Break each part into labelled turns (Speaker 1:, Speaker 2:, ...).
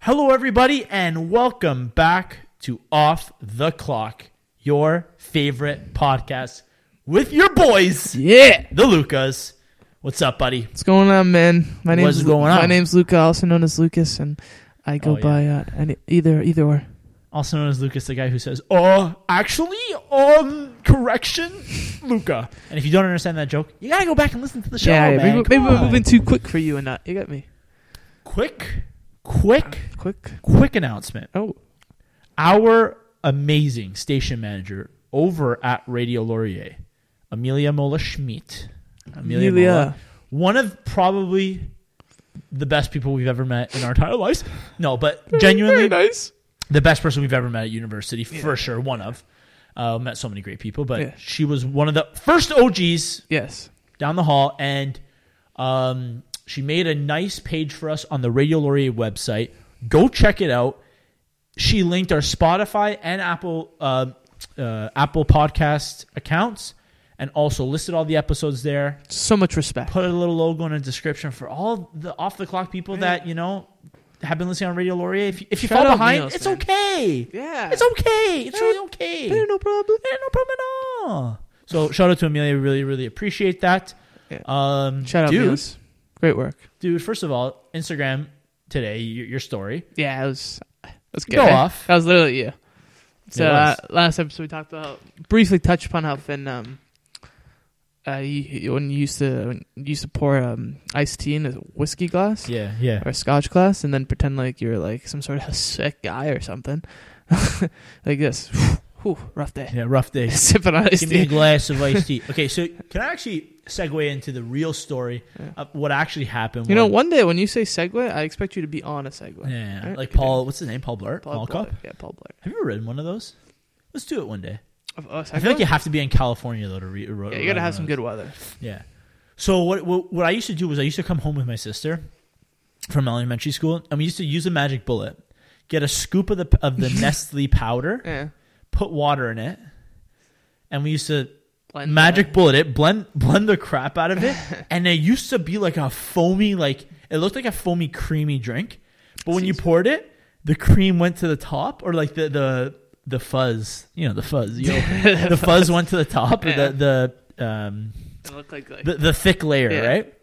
Speaker 1: Hello, everybody, and welcome back to Off the Clock, your favorite podcast with your boys,
Speaker 2: Yeah.
Speaker 1: the Lucas. What's up, buddy?
Speaker 2: What's going on, man? My name's
Speaker 1: What's going
Speaker 2: My
Speaker 1: on?
Speaker 2: name's Luca, also known as Lucas, and I go
Speaker 1: Oh, yeah.
Speaker 2: by uh, any, either either or.
Speaker 1: Also known as Lucas, the guy who says, "Oh, actually, um, correction, Luca." And if you don't understand that joke, you gotta go back and listen to the show. man.
Speaker 2: yeah, maybe, maybe
Speaker 1: Come
Speaker 2: we're
Speaker 1: on.
Speaker 2: moving too quick for you and not. You got me.
Speaker 1: quick, quick,
Speaker 2: Quick.
Speaker 1: quick announcement.
Speaker 2: Oh,
Speaker 1: Our amazing station manager over at Radio Laurier, Amelia Mola Schmidt. Amelia,
Speaker 2: Amelia.
Speaker 1: Mola, one of probably the best people we've ever met in our entire lives. No, but genuinely,
Speaker 2: nice.
Speaker 1: the best person we've ever met at university for sure one of uh, met so many great people but
Speaker 2: Yeah.
Speaker 1: she was one of the first og's
Speaker 2: Yes.
Speaker 1: down the hall and um, she made a nice page for us on the radio laurier website go check it out she linked our spotify and apple uh, uh, apple podcast accounts and also listed all the episodes there
Speaker 2: So much respect.
Speaker 1: put a little logo in a description for all the off the clock people that you know have been listening on radio laurier if, you- if you
Speaker 2: Shout
Speaker 1: fall
Speaker 2: out
Speaker 1: behind
Speaker 2: Neos,
Speaker 1: it's
Speaker 2: man.
Speaker 1: okay
Speaker 2: Yeah.
Speaker 1: it's okay. It's
Speaker 2: Yeah.
Speaker 1: really okay.
Speaker 2: Yeah,
Speaker 1: Yeah,
Speaker 2: no problem.
Speaker 1: Eh, no problem at all. So shout out to Amelia. Really, really appreciate that.
Speaker 2: Yeah.
Speaker 1: Um,
Speaker 2: Shout out,
Speaker 1: dude,
Speaker 2: Milos. Great work.
Speaker 1: dude. First of all, Instagram today. Your, your story.
Speaker 2: Yeah, it was. That's good.
Speaker 1: Go
Speaker 2: eh?
Speaker 1: off.
Speaker 2: That was literally you. So
Speaker 1: It
Speaker 2: uh,
Speaker 1: was.
Speaker 2: last episode we talked about briefly touched upon how Finn um uh you, you- when you used to when you used to pour um iced tea in a whiskey glass
Speaker 1: Yeah, yeah.
Speaker 2: or a scotch glass and then pretend like you're like some sort of sick guy or something like this. Whew, rough day.
Speaker 1: Yeah, rough day.
Speaker 2: Sipping on iced
Speaker 1: Give me a
Speaker 2: tea.
Speaker 1: glass of iced tea. Okay, so can I actually segue into the real story
Speaker 2: Yeah.
Speaker 1: of what actually happened?
Speaker 2: You know,
Speaker 1: when-
Speaker 2: one day when you say Segway, I expect you to be on a Segway.
Speaker 1: Yeah,
Speaker 2: Alright,
Speaker 1: like
Speaker 2: okay.
Speaker 1: Paul. What's his name? Paul Blart. Paul,
Speaker 2: Blair.
Speaker 1: Cop?
Speaker 2: Yeah, Paul Blair.
Speaker 1: Have you ever ridden one of those? Let's do it one day.
Speaker 2: Of, oh,
Speaker 1: I feel like
Speaker 2: Segway?
Speaker 1: you have to be in California though to read.
Speaker 2: yeah, you gotta have some good weather.
Speaker 1: Yeah. So what, what what I used to do was I used to come home with my sister from elementary school, and we used to use a magic bullet, get a scoop of the of the Nestle powder,
Speaker 2: Yeah.
Speaker 1: put water in it, and we used to
Speaker 2: Blend
Speaker 1: magic bullet it, blend blend the crap out of it, and it used to be like a foamy, like it looked like a foamy, creamy drink, but when you poured it, the cream went to the top, or like the the the fuzz, you know, the fuzz, you know, the fuzz went to the top, or
Speaker 2: Yeah.
Speaker 1: the the um
Speaker 2: It looked like, like
Speaker 1: the, the thick layer,
Speaker 2: Yeah.
Speaker 1: right?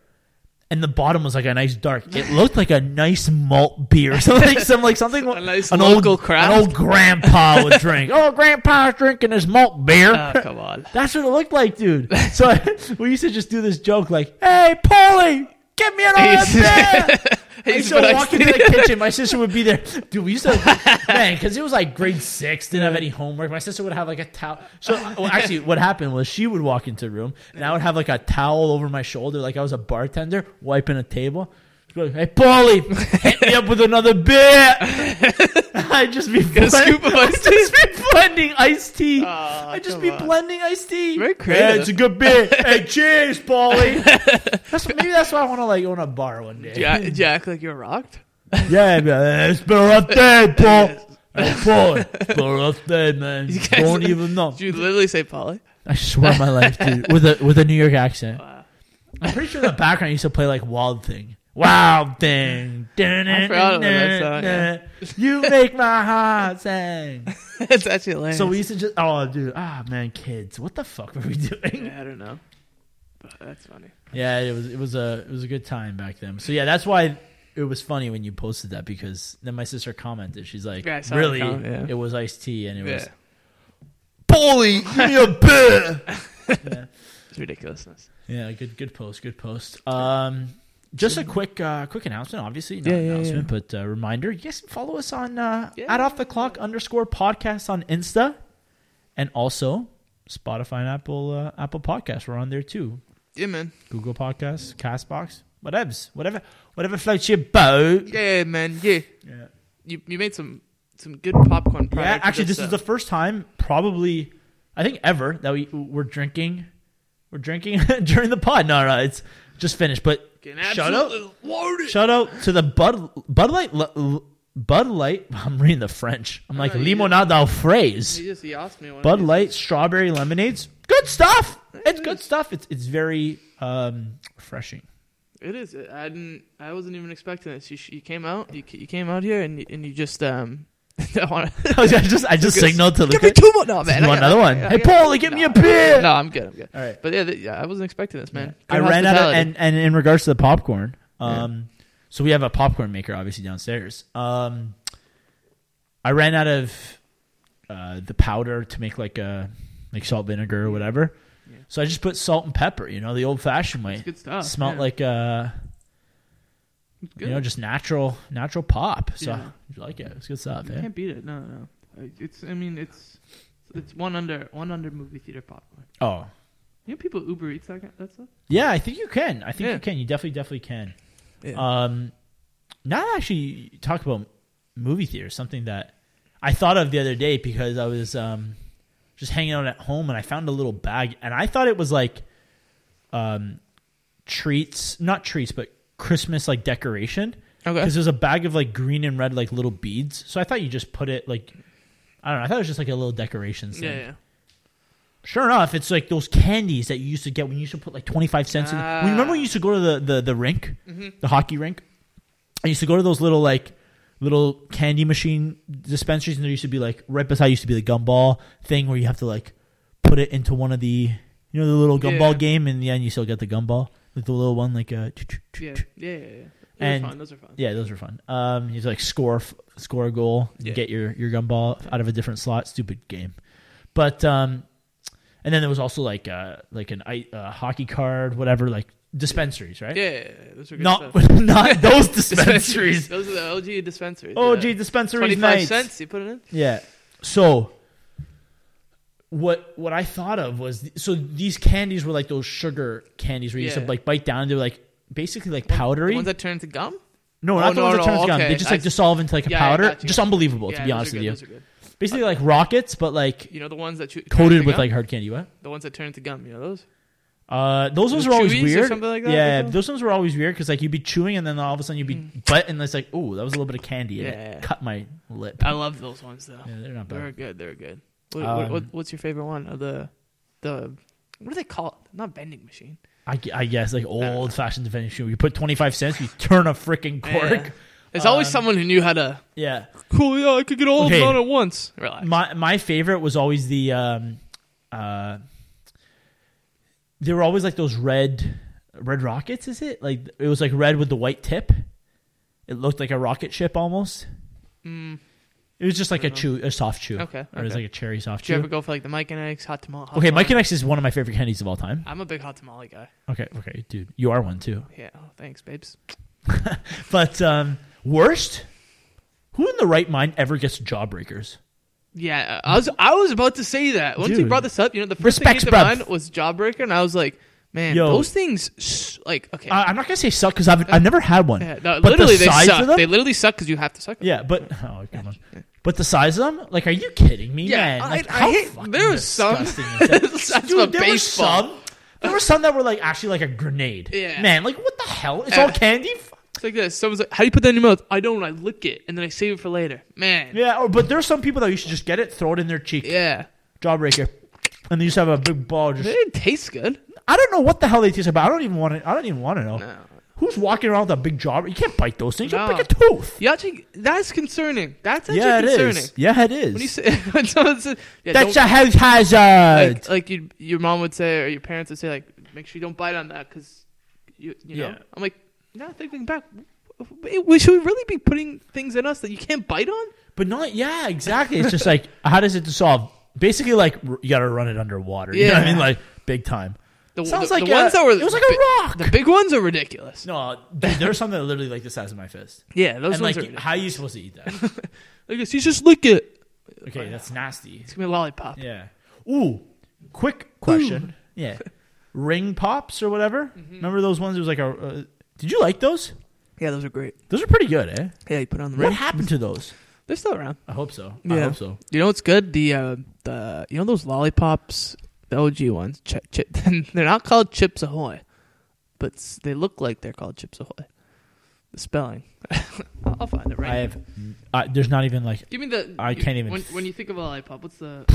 Speaker 1: And the bottom was like a nice dark. It looked like a nice malt beer, something, some like something
Speaker 2: A nice
Speaker 1: an
Speaker 2: local
Speaker 1: old,
Speaker 2: craft.
Speaker 1: An old grandpa would drink. oh, grandpa's drinking his malt beer.
Speaker 2: Oh, come on.
Speaker 1: That's what it looked like, dude. So we used to just do this joke, like, "Hey, Paulie, get me another beer." I used to walk into the kitchen. My sister would be there. Dude, we used to, man, because it was like grade six, didn't have any homework. My sister would have like a towel. So well, actually, what happened was she would walk into the room, and I would have like a towel over my shoulder, like I was a bartender wiping a table. She'd be like, Hey, Paulie, hit me up with another beer. I'd just be
Speaker 2: Get a scoop of
Speaker 1: I'd
Speaker 2: iced tea.
Speaker 1: just be blending iced tea.
Speaker 2: Aw,
Speaker 1: I'd just
Speaker 2: come
Speaker 1: be
Speaker 2: on.
Speaker 1: blending iced tea.
Speaker 2: Very
Speaker 1: Yeah,
Speaker 2: creative.
Speaker 1: it's a good beer. hey, cheers, Paulie. That's maybe that's why I want to like own a bar one day.
Speaker 2: Yeah, did you act like you're rocked?
Speaker 1: Yeah, man, it's been a rough day, Paul. Hey, Paul, it's been a rough day, man.
Speaker 2: guys-
Speaker 1: Don't even know.
Speaker 2: Did you literally say Polly?
Speaker 1: I swear on my life, dude, with a with a New York accent.
Speaker 2: Wow.
Speaker 1: I'm pretty sure in the background used to play like Wild Thing. Wild Thing.
Speaker 2: I forgot about that song, yeah.
Speaker 1: You make my heart sing.
Speaker 2: That's actually hilarious.
Speaker 1: So we used to just, oh, dude, ah, man, kids, what the fuck were we doing?
Speaker 2: Yeah, I don't know. But that's funny.
Speaker 1: Yeah, it was it was a it was a good time back then. So yeah, that's why it was funny when you posted that because then my sister commented, she's like,
Speaker 2: Yeah, I saw the
Speaker 1: really,
Speaker 2: comment, yeah.
Speaker 1: it was iced tea and it was
Speaker 2: Yeah.
Speaker 1: bully, give me a beer.
Speaker 2: It's ridiculousness.
Speaker 1: Yeah, good good post, good post. Um, just a quick uh, quick announcement, obviously not
Speaker 2: Yeah,
Speaker 1: an
Speaker 2: yeah,
Speaker 1: announcement, but uh, reminder. You guys can follow us on uh,
Speaker 2: Yeah.
Speaker 1: at off the clock underscore podcast on Insta, and also Spotify and Apple uh, Apple Podcasts. We're on there too.
Speaker 2: Yeah, man.
Speaker 1: Google Podcasts, Castbox, whatevs, whatever, whatever floats your boat.
Speaker 2: Yeah, man. Yeah.
Speaker 1: Yeah.
Speaker 2: You you made some some good popcorn prior
Speaker 1: Yeah,
Speaker 2: to
Speaker 1: actually, this
Speaker 2: uh,
Speaker 1: is the first time, probably, I think ever that we we're drinking, we're drinking during the pod. No, no, it's just finished. But
Speaker 2: getting
Speaker 1: shout out,
Speaker 2: absolutely loaded.
Speaker 1: shout out to the Bud Bud Light L- L- Bud Light. I'm reading the French. I'm like
Speaker 2: know, you did.
Speaker 1: limonade au fraise.
Speaker 2: He just he asked me one.
Speaker 1: Bud
Speaker 2: of
Speaker 1: Light strawberry lemonades. Good stuff. It's
Speaker 2: Nice.
Speaker 1: good stuff. It's it's very um, refreshing.
Speaker 2: these. It is. I didn't. I wasn't even expecting this. You, sh- you came out. You, c- you came out here, and you, and you just um. I want
Speaker 1: I was- I just I just
Speaker 2: Lucas,
Speaker 1: signaled to
Speaker 2: give
Speaker 1: Luca.
Speaker 2: me two more. No, man.
Speaker 1: You
Speaker 2: I
Speaker 1: want
Speaker 2: got-
Speaker 1: another one?
Speaker 2: I
Speaker 1: Hey,
Speaker 2: got-
Speaker 1: Paulie, give me a
Speaker 2: No,
Speaker 1: beer.
Speaker 2: No, I'm good. I'm good.
Speaker 1: All right.
Speaker 2: But yeah, th- yeah, I wasn't expecting this, man.
Speaker 1: I
Speaker 2: Good
Speaker 1: ran out of
Speaker 2: hospitality.
Speaker 1: and, and in regards to the popcorn, um, so we have a popcorn maker obviously downstairs. Um, I ran out of uh, the powder to make like a like salt vinegar or whatever,
Speaker 2: Yeah.
Speaker 1: so I just put salt and pepper. You know, the old fashioned way.
Speaker 2: It's good stuff.
Speaker 1: Smelled
Speaker 2: yeah.
Speaker 1: like uh,
Speaker 2: It's good.
Speaker 1: you know just natural natural pop. So
Speaker 2: Yeah.
Speaker 1: you like it? It's good stuff. eh?
Speaker 2: you
Speaker 1: Yeah.
Speaker 2: can't beat it. No, no, no. It's. I mean, it's. It's one under one under movie theater popcorn.
Speaker 1: Oh
Speaker 2: You know, people Uber Eats that kind that stuff.
Speaker 1: yeah, I think you can. I think
Speaker 2: Yeah.
Speaker 1: you can. You definitely definitely can.
Speaker 2: Yeah.
Speaker 1: Um, not actually talk about movie theater. Something that I thought of the other day because I was um, just hanging out at home and I found a little bag and I thought it was like um, treats, not treats, but Christmas like decoration
Speaker 2: okay.
Speaker 1: because there's a bag of like green and red like little beads. So I thought you just put it like I don't know. I thought it was just like a little decoration
Speaker 2: Yeah,
Speaker 1: thing.
Speaker 2: yeah.
Speaker 1: Sure enough, it's like those candies that you used to get when you used to put like twenty five cents. in.
Speaker 2: Ah.
Speaker 1: When, remember when you used to go to the the, the rink,
Speaker 2: Mhm.
Speaker 1: the hockey rink. I used to go to those little like little candy machine dispensaries, and there used to be like right beside used to be the gumball thing where you have to like put it into one of the you know the little gumball
Speaker 2: Yeah.
Speaker 1: game, and in the end you still get the gumball, like the little one, like uh,
Speaker 2: Yeah, yeah, yeah. yeah. Those
Speaker 1: And-
Speaker 2: are fun. Those are fun.
Speaker 1: yeah, those were fun. Um, you just, like score f- score a goal, and
Speaker 2: Yeah.
Speaker 1: get your your gumball out of a different slot. Stupid game, but um, and then there was also like uh like an i- uh, hockey card, whatever, like dispensaries, right?
Speaker 2: Yeah, yeah, yeah. Those are good
Speaker 1: Not
Speaker 2: stuff.
Speaker 1: not those dispensaries.
Speaker 2: Those are the OG dispensaries.
Speaker 1: oh,
Speaker 2: yeah.
Speaker 1: gee, dispensaries
Speaker 2: twenty-five
Speaker 1: nights.
Speaker 2: cents. You put it in.
Speaker 1: Yeah. So what what I thought of was so these candies were like those sugar candies where you used to
Speaker 2: Yeah.
Speaker 1: like bite down. They were like basically like
Speaker 2: The
Speaker 1: powdery.
Speaker 2: ones that turn into gum.
Speaker 1: No,
Speaker 2: Oh,
Speaker 1: not the
Speaker 2: no,
Speaker 1: ones
Speaker 2: no,
Speaker 1: that turns gum.
Speaker 2: okay.
Speaker 1: They just
Speaker 2: I
Speaker 1: like
Speaker 2: s-
Speaker 1: dissolve into like a
Speaker 2: Yeah, I
Speaker 1: powder.
Speaker 2: got you.
Speaker 1: Just unbelievable,
Speaker 2: yeah,
Speaker 1: to be
Speaker 2: those
Speaker 1: honest
Speaker 2: are
Speaker 1: with
Speaker 2: good,
Speaker 1: you.
Speaker 2: those are good.
Speaker 1: Basically like rockets, but like
Speaker 2: You know the ones that chew, turn
Speaker 1: coated
Speaker 2: into
Speaker 1: with
Speaker 2: gum?
Speaker 1: like hard candy. What?
Speaker 2: the ones that turn into gum. You know those.
Speaker 1: Uh, those ones
Speaker 2: The
Speaker 1: were always
Speaker 2: Chewies or
Speaker 1: weird.
Speaker 2: something like that,
Speaker 1: Yeah,
Speaker 2: I think.
Speaker 1: those ones were always weird because like you'd be chewing and then all of a sudden you'd be butt and it's like, oh, that was a little bit of candy. and
Speaker 2: Hmm. Yeah.
Speaker 1: it cut my lip.
Speaker 2: I love those ones though.
Speaker 1: Yeah, they're not
Speaker 2: They're
Speaker 1: bad.
Speaker 2: good. They're good. What,
Speaker 1: Um,
Speaker 2: what, what, what's your favorite one? Of the the what do they call it? Not vending machine.
Speaker 1: I, gu- I guess like old fashioned vending machine. You put twenty five cents, you turn a freaking cork.
Speaker 2: Yeah. There's always
Speaker 1: Um,
Speaker 2: someone who knew how to.
Speaker 1: Yeah.
Speaker 2: Cool. Yeah, I could get all
Speaker 1: Okay.
Speaker 2: of them out at once. Relax.
Speaker 1: My my favorite was always the um, uh, they were always like those red red rockets. Is it like it was like red with the white tip? It looked like a rocket ship almost.
Speaker 2: Mm,
Speaker 1: It was just like
Speaker 2: I
Speaker 1: a
Speaker 2: don't
Speaker 1: chew, a soft chew.
Speaker 2: okay. okay.
Speaker 1: Mm. Or it was like a cherry soft
Speaker 2: Did you ever
Speaker 1: chew.
Speaker 2: go for like the Mike and Eggs hot tamale? Hot
Speaker 1: Okay,
Speaker 2: tamale?
Speaker 1: Mike and X is one of my favorite candies of all time.
Speaker 2: I'm a big hot tamale guy.
Speaker 1: Okay, okay, dude, you are one too.
Speaker 2: Yeah. Oh, thanks, babes.
Speaker 1: But um, worst, who in the right mind ever gets jawbreakers?
Speaker 2: Yeah, I was I was about to say that. Once you
Speaker 1: Dude.
Speaker 2: brought this up, you know, the first
Speaker 1: Respects,
Speaker 2: thing that
Speaker 1: bruv.
Speaker 2: came to mind was Jawbreaker, and I was like, man,
Speaker 1: Yo.
Speaker 2: those things, s- like, okay,
Speaker 1: I- I'm not gonna say suck because I've I've never had one.
Speaker 2: yeah, no,
Speaker 1: but the
Speaker 2: literally they
Speaker 1: size of
Speaker 2: suck.
Speaker 1: them?
Speaker 2: They literally suck because you have to suck. Them.
Speaker 1: Yeah, but oh come on. But the size of them, like, are you kidding me?
Speaker 2: Yeah,
Speaker 1: man?
Speaker 2: I-
Speaker 1: Like,
Speaker 2: I
Speaker 1: how
Speaker 2: hate-
Speaker 1: fucking
Speaker 2: there was some-
Speaker 1: disgusting is that?
Speaker 2: That's
Speaker 1: Dude,
Speaker 2: what
Speaker 1: there were
Speaker 2: baseball.
Speaker 1: some. There were some that were like actually like a grenade.
Speaker 2: Yeah.
Speaker 1: man, like what the hell? It's
Speaker 2: Uh,
Speaker 1: all candy. F-
Speaker 2: It's like this. Someone's like, how do you put that in your mouth? I don't. I lick it and then I save it for later. Man.
Speaker 1: Yeah, or, but there's some people that you should just get it, throw it in their cheek,
Speaker 2: Yeah.
Speaker 1: jawbreaker, and they just have a big ball.
Speaker 2: They
Speaker 1: Just
Speaker 2: didn't taste good.
Speaker 1: I don't know what the hell they taste about. I don't even want to. I don't even want to know.
Speaker 2: No.
Speaker 1: Who's walking around with a big jaw? You can't bite those things. You'll
Speaker 2: No.
Speaker 1: break a tooth.
Speaker 2: You actually, that's concerning. That's actually
Speaker 1: Yeah, it
Speaker 2: concerning.
Speaker 1: is. Yeah, it is.
Speaker 2: When you say, when someone says, yeah,
Speaker 1: That's
Speaker 2: don't-
Speaker 1: a health hazard.
Speaker 2: like, like you, your mom would say, or your parents would say, like, make sure you don't bite on that because you, you know.
Speaker 1: Yeah.
Speaker 2: I'm like, now thinking back, w- w- should we really be putting things in us that you can't bite on?
Speaker 1: But not, yeah, exactly. It's just like, how does it dissolve? Basically, like r- you got to run it underwater. You know what I
Speaker 2: Yeah.
Speaker 1: mean? Like big time.
Speaker 2: The,
Speaker 1: Sounds
Speaker 2: the,
Speaker 1: like
Speaker 2: the
Speaker 1: a-
Speaker 2: ones that were
Speaker 1: It was like
Speaker 2: the
Speaker 1: a rock.
Speaker 2: bi- The big ones are ridiculous.
Speaker 1: no, dude, there's something literally like the size of my fist.
Speaker 2: Yeah, those
Speaker 1: and
Speaker 2: ones
Speaker 1: like,
Speaker 2: are. Ridiculous.
Speaker 1: how are you supposed to eat that?
Speaker 2: Like, it's- you just lick it.
Speaker 1: Okay, that's nasty.
Speaker 2: It's gonna be a lollipop.
Speaker 1: Yeah. Ooh, quick question. Yeah, ring pops or whatever.
Speaker 2: Mm-hmm.
Speaker 1: Remember those ones? It was like a. Uh, did you like those?
Speaker 2: Yeah, those are great.
Speaker 1: Those are pretty good, eh?
Speaker 2: Yeah, you put it on the
Speaker 1: What
Speaker 2: rim.
Speaker 1: happened to those?
Speaker 2: They're still around.
Speaker 1: I hope so. I
Speaker 2: Yeah.
Speaker 1: hope so.
Speaker 2: You know what's good? The uh, the you know those lollipops, the OG ones. Ch- chip. they're not called Chips Ahoy, but s- they look like they're called Chips Ahoy. The spelling. I'll I'll find it right.
Speaker 1: I have. Uh, there's not even like
Speaker 2: Give me the.
Speaker 1: I
Speaker 2: you-
Speaker 1: can't even-
Speaker 2: When, when you think of a lollipop, what's the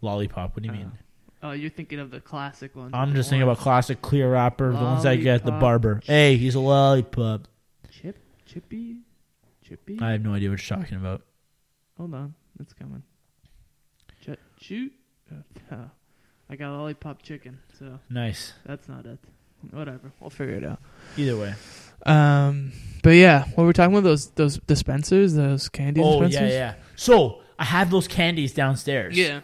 Speaker 1: lollipop. What do you
Speaker 2: Uh,
Speaker 1: mean?
Speaker 2: Oh, you're thinking of the classic one.
Speaker 1: I'm just thinking about classic clear wrapper, the ones I get at the
Speaker 2: Lollipop.
Speaker 1: barber. Hey, he's a lollipop.
Speaker 2: Chip, Chippy, Chippy.
Speaker 1: I have no idea what you're talking about.
Speaker 2: Hold on, it's coming. Ch- shoot, uh, uh, I got lollipop chicken, so
Speaker 1: Nice.
Speaker 2: that's not it. Whatever, we'll figure it out.
Speaker 1: Either way.
Speaker 2: Um, but yeah, what we're talking about those those dispensers, those candy
Speaker 1: Oh yeah,
Speaker 2: dispensers.
Speaker 1: yeah. So I have those candies downstairs.
Speaker 2: yeah,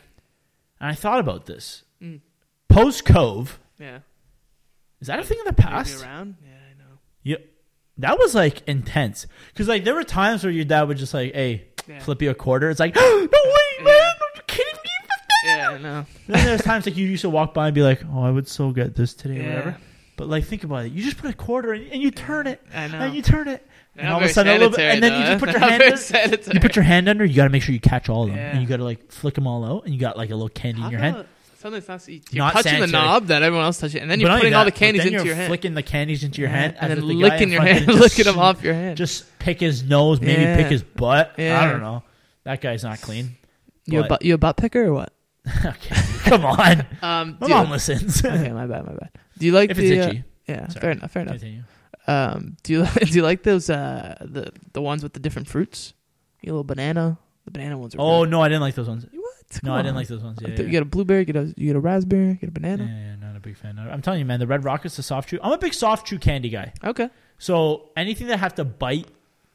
Speaker 1: And I thought about this.
Speaker 2: Mm.
Speaker 1: Post Cove
Speaker 2: yeah.
Speaker 1: is that a thing of the
Speaker 2: Maybe
Speaker 1: past?
Speaker 2: around. Yeah, I know.
Speaker 1: Yeah. That was like intense because like there were times where your dad would just like, "Hey,
Speaker 2: Yeah.
Speaker 1: flip you a quarter." It's like, "No wait, man,
Speaker 2: Yeah.
Speaker 1: are you kidding me?"
Speaker 2: Yeah, I know.
Speaker 1: And then there's times like you used to walk by and be like, "Oh, I would so get this today, or
Speaker 2: Yeah.
Speaker 1: whatever." But like, think about it. You just put a quarter and, and you turn it,
Speaker 2: I know.
Speaker 1: and you turn it,
Speaker 2: They're
Speaker 1: and
Speaker 2: not
Speaker 1: all of a
Speaker 2: very
Speaker 1: sudden a little bit,
Speaker 2: sanitary,
Speaker 1: and then you
Speaker 2: though,
Speaker 1: just put
Speaker 2: eh?
Speaker 1: your
Speaker 2: Not
Speaker 1: hand.
Speaker 2: very
Speaker 1: in-
Speaker 2: sanitary.
Speaker 1: You put your hand under. You got to make sure you catch all of them,
Speaker 2: Yeah.
Speaker 1: and you got to like flick them all out, and you got like a little candy
Speaker 2: How
Speaker 1: in your
Speaker 2: come
Speaker 1: hand.
Speaker 2: Sometimes not, you're
Speaker 1: Not
Speaker 2: touching
Speaker 1: sanitary.
Speaker 2: the knob that everyone else touches, and then you're
Speaker 1: But not only
Speaker 2: putting all the
Speaker 1: that, but
Speaker 2: candies
Speaker 1: then
Speaker 2: into
Speaker 1: you're
Speaker 2: your hand,
Speaker 1: flicking the candies into your
Speaker 2: Yeah,
Speaker 1: hand,
Speaker 2: and
Speaker 1: as
Speaker 2: then
Speaker 1: if the guy
Speaker 2: licking
Speaker 1: in
Speaker 2: your
Speaker 1: front
Speaker 2: hand,
Speaker 1: didn't
Speaker 2: licking
Speaker 1: just-
Speaker 2: them off your hand.
Speaker 1: Just pick his nose, maybe
Speaker 2: Yeah.
Speaker 1: pick his butt. I
Speaker 2: Yeah.
Speaker 1: don't know. That guy's not clean.
Speaker 2: you a
Speaker 1: but-
Speaker 2: butt, you a butt picker or what?
Speaker 1: okay, come on.
Speaker 2: Um,
Speaker 1: My
Speaker 2: do-
Speaker 1: mom listens.
Speaker 2: okay, my bad, my bad. Do you like
Speaker 1: if it's
Speaker 2: the? uh,
Speaker 1: itchy,
Speaker 2: yeah,
Speaker 1: Sorry.
Speaker 2: fair enough, fair enough.
Speaker 1: continue.
Speaker 2: Um, do you do you like those uh the the ones with the different fruits? You little banana. The banana ones are.
Speaker 1: Oh
Speaker 2: really-
Speaker 1: no, I didn't like those ones.
Speaker 2: What?
Speaker 1: No,
Speaker 2: Come
Speaker 1: I didn't
Speaker 2: on.
Speaker 1: like those ones. Yeah,
Speaker 2: Like the-
Speaker 1: yeah.
Speaker 2: You get a blueberry. Get a you get a raspberry. Get a
Speaker 1: Yeah,
Speaker 2: banana.
Speaker 1: yeah, not a big fan. I'm telling you, man, the Red Rockets, the soft chew. I'm a big soft chew candy guy.
Speaker 2: Okay.
Speaker 1: So anything that have to bite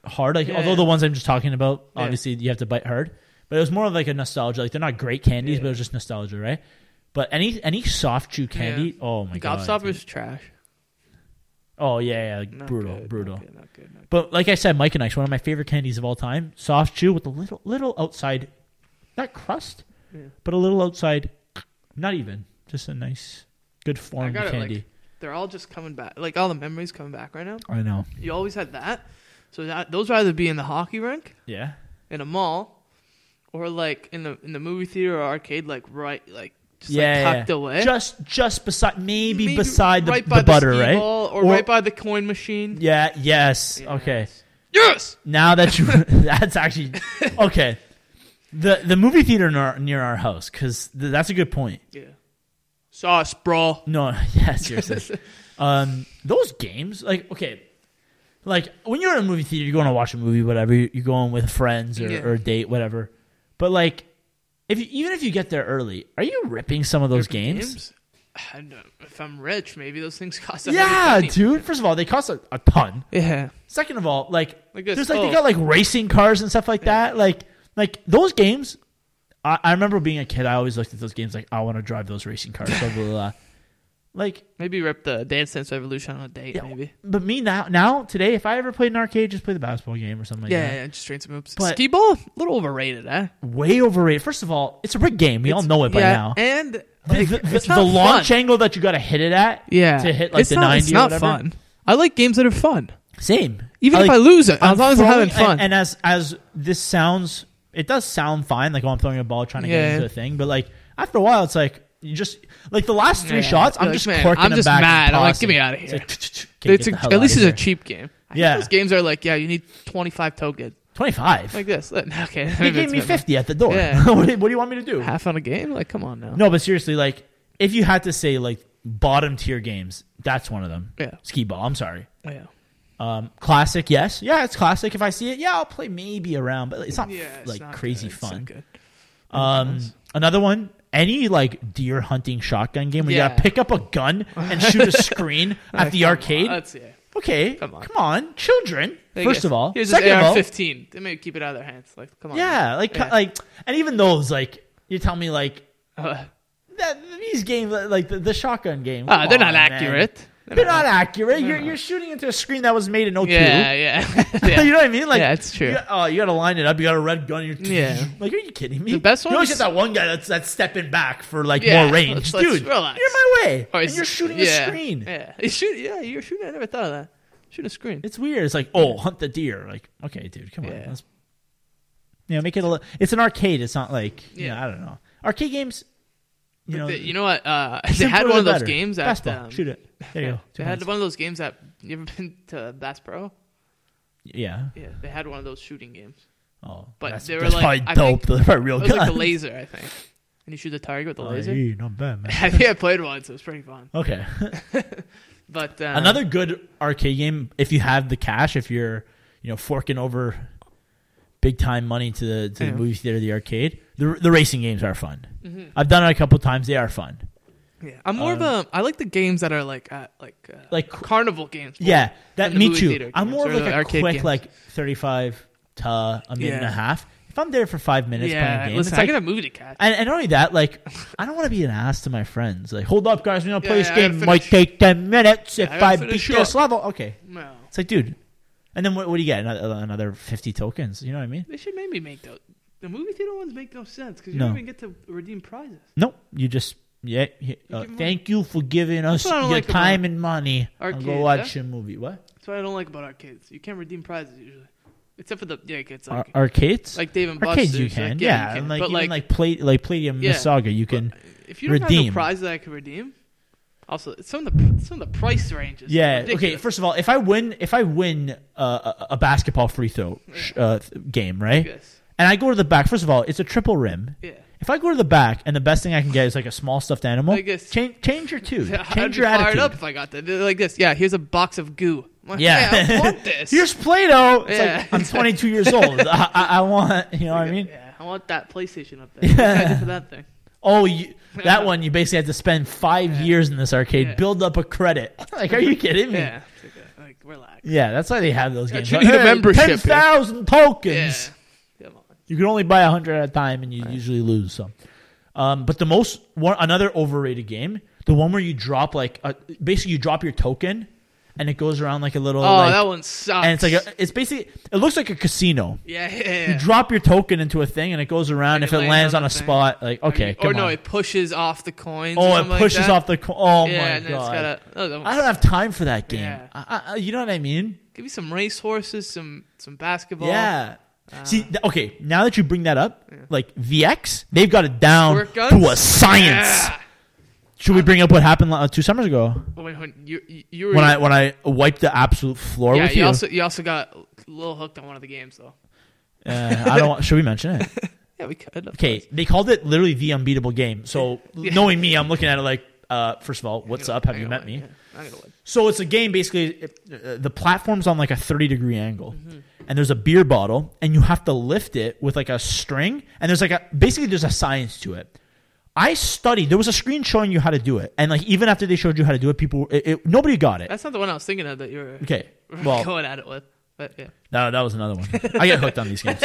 Speaker 1: hard, like
Speaker 2: Yeah,
Speaker 1: although
Speaker 2: yeah.
Speaker 1: the ones I'm just talking about,
Speaker 2: Yeah.
Speaker 1: obviously you have to bite hard. But it was more of like a nostalgia. Like they're not great candies,
Speaker 2: Yeah.
Speaker 1: but it was just nostalgia, right? But any any soft chew candy, oh my god, dude.
Speaker 2: Gobstopper's trash.
Speaker 1: Oh yeah, yeah, like,
Speaker 2: Not
Speaker 1: brutal,
Speaker 2: good, not
Speaker 1: brutal.
Speaker 2: good, not good, not good.
Speaker 1: But like I said, Mike and Ike's one of my favorite candies of all time. Soft chew with a little little outside, not crust,
Speaker 2: Yeah.
Speaker 1: but a little outside, not even, just a nice, good form
Speaker 2: got
Speaker 1: of
Speaker 2: it, like-
Speaker 1: candy.
Speaker 2: They're all just coming back. Like all the memories coming back right now.
Speaker 1: I know.
Speaker 2: You always had that. So that, those would either be in the hockey rink,
Speaker 1: Yeah.
Speaker 2: in a mall, or like in the in the movie theater or arcade, like right, like just like tucked away.
Speaker 1: Just just beside maybe,
Speaker 2: Eh? Maybe
Speaker 1: beside the,
Speaker 2: right
Speaker 1: the
Speaker 2: by
Speaker 1: butter,
Speaker 2: skee
Speaker 1: right?
Speaker 2: ball or,
Speaker 1: Or-
Speaker 2: right by the coin machine.
Speaker 1: Yeah, yes. Okay.
Speaker 2: Yes.
Speaker 1: Now that you that's actually okay. The the movie theater near, near our house cuz th- that's a good point.
Speaker 2: Yeah. Sauce, bro.
Speaker 1: No, yeah, seriously. um those games like okay. Like when you're in a movie theater, you're going to watch a movie whatever, you- you're going with friends or,
Speaker 2: Yeah.
Speaker 1: or a date whatever. But like if you, even if you get there early, are you ripping some of those games?
Speaker 2: I don't, if I'm rich, maybe those things cost. a
Speaker 1: Yeah,
Speaker 2: hundred and twenty.
Speaker 1: dude. First of all, they cost a, a ton.
Speaker 2: Yeah.
Speaker 1: Second of all, like,
Speaker 2: Like this.
Speaker 1: there's like they
Speaker 2: Oh.
Speaker 1: got like racing cars and stuff like that. Like like those games. I, I remember being a kid. I always looked at those games like I want to drive those racing cars. blah, blah, blah, blah. Like,
Speaker 2: Maybe rip the Dance Dance Revolution on a date.
Speaker 1: Yeah.
Speaker 2: Maybe.
Speaker 1: but me now now today, if I ever played an arcade, just play the basketball game or something like
Speaker 2: Yeah, yeah,
Speaker 1: that.
Speaker 2: yeah, just train some moves.
Speaker 1: But-
Speaker 2: Skee ball, a little overrated, eh?
Speaker 1: Way overrated. First of all, it's a rigged game. We all
Speaker 2: It's-
Speaker 1: know it by
Speaker 2: yeah,
Speaker 1: now.
Speaker 2: And
Speaker 1: The-
Speaker 2: like,
Speaker 1: the the-
Speaker 2: it's not
Speaker 1: the
Speaker 2: fun.
Speaker 1: launch angle that you got to hit it at.
Speaker 2: yeah,
Speaker 1: to hit, like,
Speaker 2: it's
Speaker 1: the
Speaker 2: not,
Speaker 1: 90
Speaker 2: It's
Speaker 1: or
Speaker 2: not
Speaker 1: whatever.
Speaker 2: fun. I like games that are fun,
Speaker 1: Same.
Speaker 2: even if
Speaker 1: like-
Speaker 2: I lose it, as long as I'm
Speaker 1: throwing-
Speaker 2: having fun.
Speaker 1: And, and as as this sounds, it does sound fine. Like oh, I'm throwing a ball trying to
Speaker 2: Yeah.
Speaker 1: get into a thing, but like after a while, it's like you just like the last three
Speaker 2: Yeah,
Speaker 1: shots.
Speaker 2: you're
Speaker 1: I'm
Speaker 2: like,
Speaker 1: just
Speaker 2: "Man,
Speaker 1: corking
Speaker 2: I'm
Speaker 1: them
Speaker 2: just
Speaker 1: back
Speaker 2: mad.
Speaker 1: and
Speaker 2: I'm like,
Speaker 1: tossing.
Speaker 2: "Get me outta
Speaker 1: It's
Speaker 2: here."
Speaker 1: like, "Tch, tch, tch, okay,
Speaker 2: It's
Speaker 1: get
Speaker 2: a-
Speaker 1: the hell
Speaker 2: at least
Speaker 1: outta
Speaker 2: it's a
Speaker 1: here."
Speaker 2: cheap game. I hate
Speaker 1: Yeah.
Speaker 2: those games are like yeah, you need 25 token,
Speaker 1: 25.
Speaker 2: like this. Okay,
Speaker 1: he
Speaker 2: maybe
Speaker 1: gave
Speaker 2: it's
Speaker 1: me
Speaker 2: good, man.
Speaker 1: 50 at the door.
Speaker 2: Yeah.
Speaker 1: what, do you, what do you want me to do?
Speaker 2: half on a game. Like, come on now.
Speaker 1: No, but seriously, like if you had to say like bottom tier games, that's one of them.
Speaker 2: Yeah,
Speaker 1: Ski ball. I'm sorry.
Speaker 2: yeah.
Speaker 1: Um, classic, yes, yeah, it's classic. If I see it, yeah, I'll play maybe around, but it's not
Speaker 2: Yeah, it's
Speaker 1: like
Speaker 2: not
Speaker 1: crazy
Speaker 2: good. It's not
Speaker 1: fun.
Speaker 2: good.
Speaker 1: Um,
Speaker 2: Nice.
Speaker 1: another one. Any like deer hunting shotgun game where you
Speaker 2: Yeah.
Speaker 1: gotta pick up a gun and shoot a screen at
Speaker 2: Like,
Speaker 1: the
Speaker 2: come on,
Speaker 1: arcade?
Speaker 2: Let's yeah.
Speaker 1: okay,
Speaker 2: come
Speaker 1: come
Speaker 2: on.
Speaker 1: on, children.
Speaker 2: Like,
Speaker 1: first
Speaker 2: yes,
Speaker 1: of all,
Speaker 2: here's this
Speaker 1: second of all,
Speaker 2: AR-15. They may keep it out of their hands. Like, come on.
Speaker 1: yeah, like
Speaker 2: Yeah.
Speaker 1: like, and even those like you tell me like
Speaker 2: Uh,
Speaker 1: that these games like the, the shotgun game.
Speaker 2: ah,
Speaker 1: come
Speaker 2: they're not
Speaker 1: on, man.
Speaker 2: accurate.
Speaker 1: They're not accurate. You're
Speaker 2: not.
Speaker 1: you're shooting into a screen that was made in 02.
Speaker 2: Yeah, yeah. yeah.
Speaker 1: you know what I mean? Like
Speaker 2: yeah, it's
Speaker 1: You
Speaker 2: true.
Speaker 1: got, oh, you got to line it up. You got a red gun. You're
Speaker 2: Yeah.
Speaker 1: Like, are you kidding me?
Speaker 2: The best one
Speaker 1: You always
Speaker 2: is-
Speaker 1: get that one guy that's that's stepping back for like
Speaker 2: Yeah,
Speaker 1: more range,
Speaker 2: let's-
Speaker 1: dude.
Speaker 2: let's relax.
Speaker 1: You're my way,
Speaker 2: Or
Speaker 1: and
Speaker 2: is-
Speaker 1: you're shooting
Speaker 2: yeah,
Speaker 1: a screen.
Speaker 2: Yeah, you shoot. Yeah, you're shooting. I never thought of that. Shoot a screen.
Speaker 1: It's weird. It's like, oh, hunt the deer. Like, okay, dude, come on.
Speaker 2: Yeah.
Speaker 1: Let's, you know, make it a. li- It's an arcade. It's not like yeah.
Speaker 2: Yeah.
Speaker 1: I don't know. Arcade games. You know,
Speaker 2: But they- you know what? Uh, they
Speaker 1: simpler
Speaker 2: had one of
Speaker 1: the
Speaker 2: those
Speaker 1: better.
Speaker 2: games at.
Speaker 1: Fastball,
Speaker 2: Um,
Speaker 1: shoot it. There you
Speaker 2: yeah,
Speaker 1: go. Two
Speaker 2: They had
Speaker 1: points.
Speaker 2: one of those games at. You ever been to Bass Pro?
Speaker 1: yeah.
Speaker 2: Yeah, they had one of those shooting games.
Speaker 1: Oh,
Speaker 2: But
Speaker 1: that's,
Speaker 2: they were
Speaker 1: that's
Speaker 2: like-
Speaker 1: probably
Speaker 2: I
Speaker 1: dope. Those are probably real
Speaker 2: It was like
Speaker 1: guns.
Speaker 2: a laser, I think. and you shoot the target with the
Speaker 1: Oh,
Speaker 2: laser.
Speaker 1: yeah, not bad, man.
Speaker 2: I think I played one, so it was pretty fun.
Speaker 1: Okay.
Speaker 2: But um,
Speaker 1: Another good arcade game, if you have the cash, if you're, you know, forking over big time money to the to
Speaker 2: Yeah.
Speaker 1: the movie theater, the arcade. The the racing games are fun.
Speaker 2: Mhm.
Speaker 1: I've done it a couple times. They are fun.
Speaker 2: yeah, I'm more of a. I like the games that are like uh, like uh,
Speaker 1: um, Like-
Speaker 2: carnival games.
Speaker 1: Yeah, that
Speaker 2: And the
Speaker 1: me
Speaker 2: movie
Speaker 1: too.
Speaker 2: theater
Speaker 1: I'm
Speaker 2: games
Speaker 1: more of
Speaker 2: or
Speaker 1: like
Speaker 2: the
Speaker 1: a
Speaker 2: arcade
Speaker 1: quick
Speaker 2: games.
Speaker 1: like 35 to a minute and a
Speaker 2: Yeah.
Speaker 1: half. If I'm there for five minutes
Speaker 2: yeah.
Speaker 1: playing games,
Speaker 2: listen,
Speaker 1: it's like,
Speaker 2: I got a movie to catch.
Speaker 1: and, and not only that, like I don't want to be an ass to my friends. Like, hold up, guys, we're gonna
Speaker 2: Yeah,
Speaker 1: play this
Speaker 2: yeah, I gotta
Speaker 1: game. It might
Speaker 2: finish.
Speaker 1: take ten minutes
Speaker 2: I
Speaker 1: if
Speaker 2: gotta
Speaker 1: I beat
Speaker 2: finish
Speaker 1: this
Speaker 2: up.
Speaker 1: level. Okay,
Speaker 2: no,
Speaker 1: it's like, dude. And then what, what do you get? Another, another fifty tokens. You know what I mean?
Speaker 2: they should maybe make those. The movie theater ones make no sense because you
Speaker 1: No.
Speaker 2: don't even get to redeem prizes.
Speaker 1: Nope. You just yeah. yeah, uh,
Speaker 2: give 'em-
Speaker 1: thank you for giving us
Speaker 2: what I
Speaker 1: your
Speaker 2: don't like about
Speaker 1: time and money. and go
Speaker 2: arcade,
Speaker 1: watch a movie. What
Speaker 2: That's what I don't like about arcades. You can't redeem prizes usually, except for the yeah. It's
Speaker 1: Ar-
Speaker 2: like
Speaker 1: arcades?
Speaker 2: like Dave and
Speaker 1: arcades
Speaker 2: Buster's.
Speaker 1: you can.
Speaker 2: like,
Speaker 1: yeah,
Speaker 2: you can.
Speaker 1: and like
Speaker 2: but
Speaker 1: even
Speaker 2: like,
Speaker 1: like, play like Palladium
Speaker 2: Yeah.
Speaker 1: Saga. You can.
Speaker 2: if you don't have
Speaker 1: redeem.
Speaker 2: no prize that I can redeem, also some of the some of the price ranges. are
Speaker 1: Yeah. Okay.
Speaker 2: ridiculous.
Speaker 1: First of all, if I win, if I win uh, a, a basketball free throw sh- uh, th- game, right,
Speaker 2: Yes.
Speaker 1: and I go to the back. First of all, it's a triple rim.
Speaker 2: Yeah.
Speaker 1: If I go to the back and the best thing I can get is like a small stuffed animal,
Speaker 2: I guess-
Speaker 1: change change your tune,
Speaker 2: Yeah, I'd
Speaker 1: change
Speaker 2: be
Speaker 1: your
Speaker 2: fired
Speaker 1: attitude.
Speaker 2: up if I got that. They're Like this. Yeah, here's a box of goo. I'm like,
Speaker 1: Yeah.
Speaker 2: yeah, I want this.
Speaker 1: Here's Play-Doh. It's
Speaker 2: Yeah.
Speaker 1: like I'm 22 years old. I, I, I want, you know what I mean?
Speaker 2: Yeah, I want that PlayStation up there. What can I do for that thing?
Speaker 1: Oh, you, that one you basically had to spend five years in this arcade,
Speaker 2: Yeah.
Speaker 1: build up a credit. like, are you kidding me?
Speaker 2: Yeah. It's Like, uh, like relax.
Speaker 1: Yeah, that's why they have those
Speaker 2: Yeah,
Speaker 1: games.
Speaker 2: you need a membership, yeah.
Speaker 1: Ten thousand
Speaker 2: Yeah.
Speaker 1: tokens.
Speaker 2: Come on.
Speaker 1: You can only buy hundred at a time, and you usually lose some. Um, but the most one another overrated game, the one where you drop like a, basically you drop your token, and it goes around like a little.
Speaker 2: Oh,
Speaker 1: like,
Speaker 2: that one sucks.
Speaker 1: and it's like a, it's basically it looks like a casino.
Speaker 2: yeah, yeah, yeah.
Speaker 1: You drop your token into a thing and it goes around.
Speaker 2: And
Speaker 1: if
Speaker 2: it
Speaker 1: it lands
Speaker 2: lands on
Speaker 1: on a
Speaker 2: the thing.
Speaker 1: spot, like okay,
Speaker 2: or
Speaker 1: come
Speaker 2: no,
Speaker 1: on.
Speaker 2: it pushes off the coins. or
Speaker 1: oh,
Speaker 2: something
Speaker 1: it
Speaker 2: like
Speaker 1: pushes
Speaker 2: that.
Speaker 1: off the. Co- oh
Speaker 2: yeah,
Speaker 1: my
Speaker 2: and then
Speaker 1: god!
Speaker 2: it's got a. Oh, that
Speaker 1: I
Speaker 2: one
Speaker 1: don't have time for that game.
Speaker 2: Yeah.
Speaker 1: I, I, you know what I mean?
Speaker 2: Give me some race horses, some some basketball.
Speaker 1: Yeah.
Speaker 2: Uh.
Speaker 1: See, th- okay. Now that you bring that up, like VX, they've got it down
Speaker 2: Squirt guns?
Speaker 1: to a science.
Speaker 2: Yeah.
Speaker 1: Should we bring up what happened uh, two summers ago
Speaker 2: When, when you, you, you were
Speaker 1: when I when I wiped the absolute floor
Speaker 2: yeah,
Speaker 1: with you?
Speaker 2: also you also got a little hooked on one of the games though.
Speaker 1: Uh, I don't. want- Should we mention it?
Speaker 2: Yeah, we could. of
Speaker 1: Okay,
Speaker 2: course.
Speaker 1: they called it literally the unbeatable game. So
Speaker 2: Yeah.
Speaker 1: knowing me, I'm looking at it like, uh, first of all, what's
Speaker 2: I'm
Speaker 1: up?
Speaker 2: gonna-
Speaker 1: Have you
Speaker 2: I'm
Speaker 1: met
Speaker 2: gonna
Speaker 1: me?
Speaker 2: win. Yeah, I'm gonna win.
Speaker 1: So it's a game basically. It, uh, the platform's on like a thirty degree angle,
Speaker 2: Mm-hmm.
Speaker 1: and there's a beer bottle, and you have to lift it with like a string, and there's like a basically there's a science to it. I studied. There was a screen showing you how to do it, and like even after they showed you how to do it, people it, it, nobody got it.
Speaker 2: That's not the one I was thinking of that you were
Speaker 1: Okay, well,
Speaker 2: going at it with. But yeah,
Speaker 1: no, that was another one. I get hooked on these games.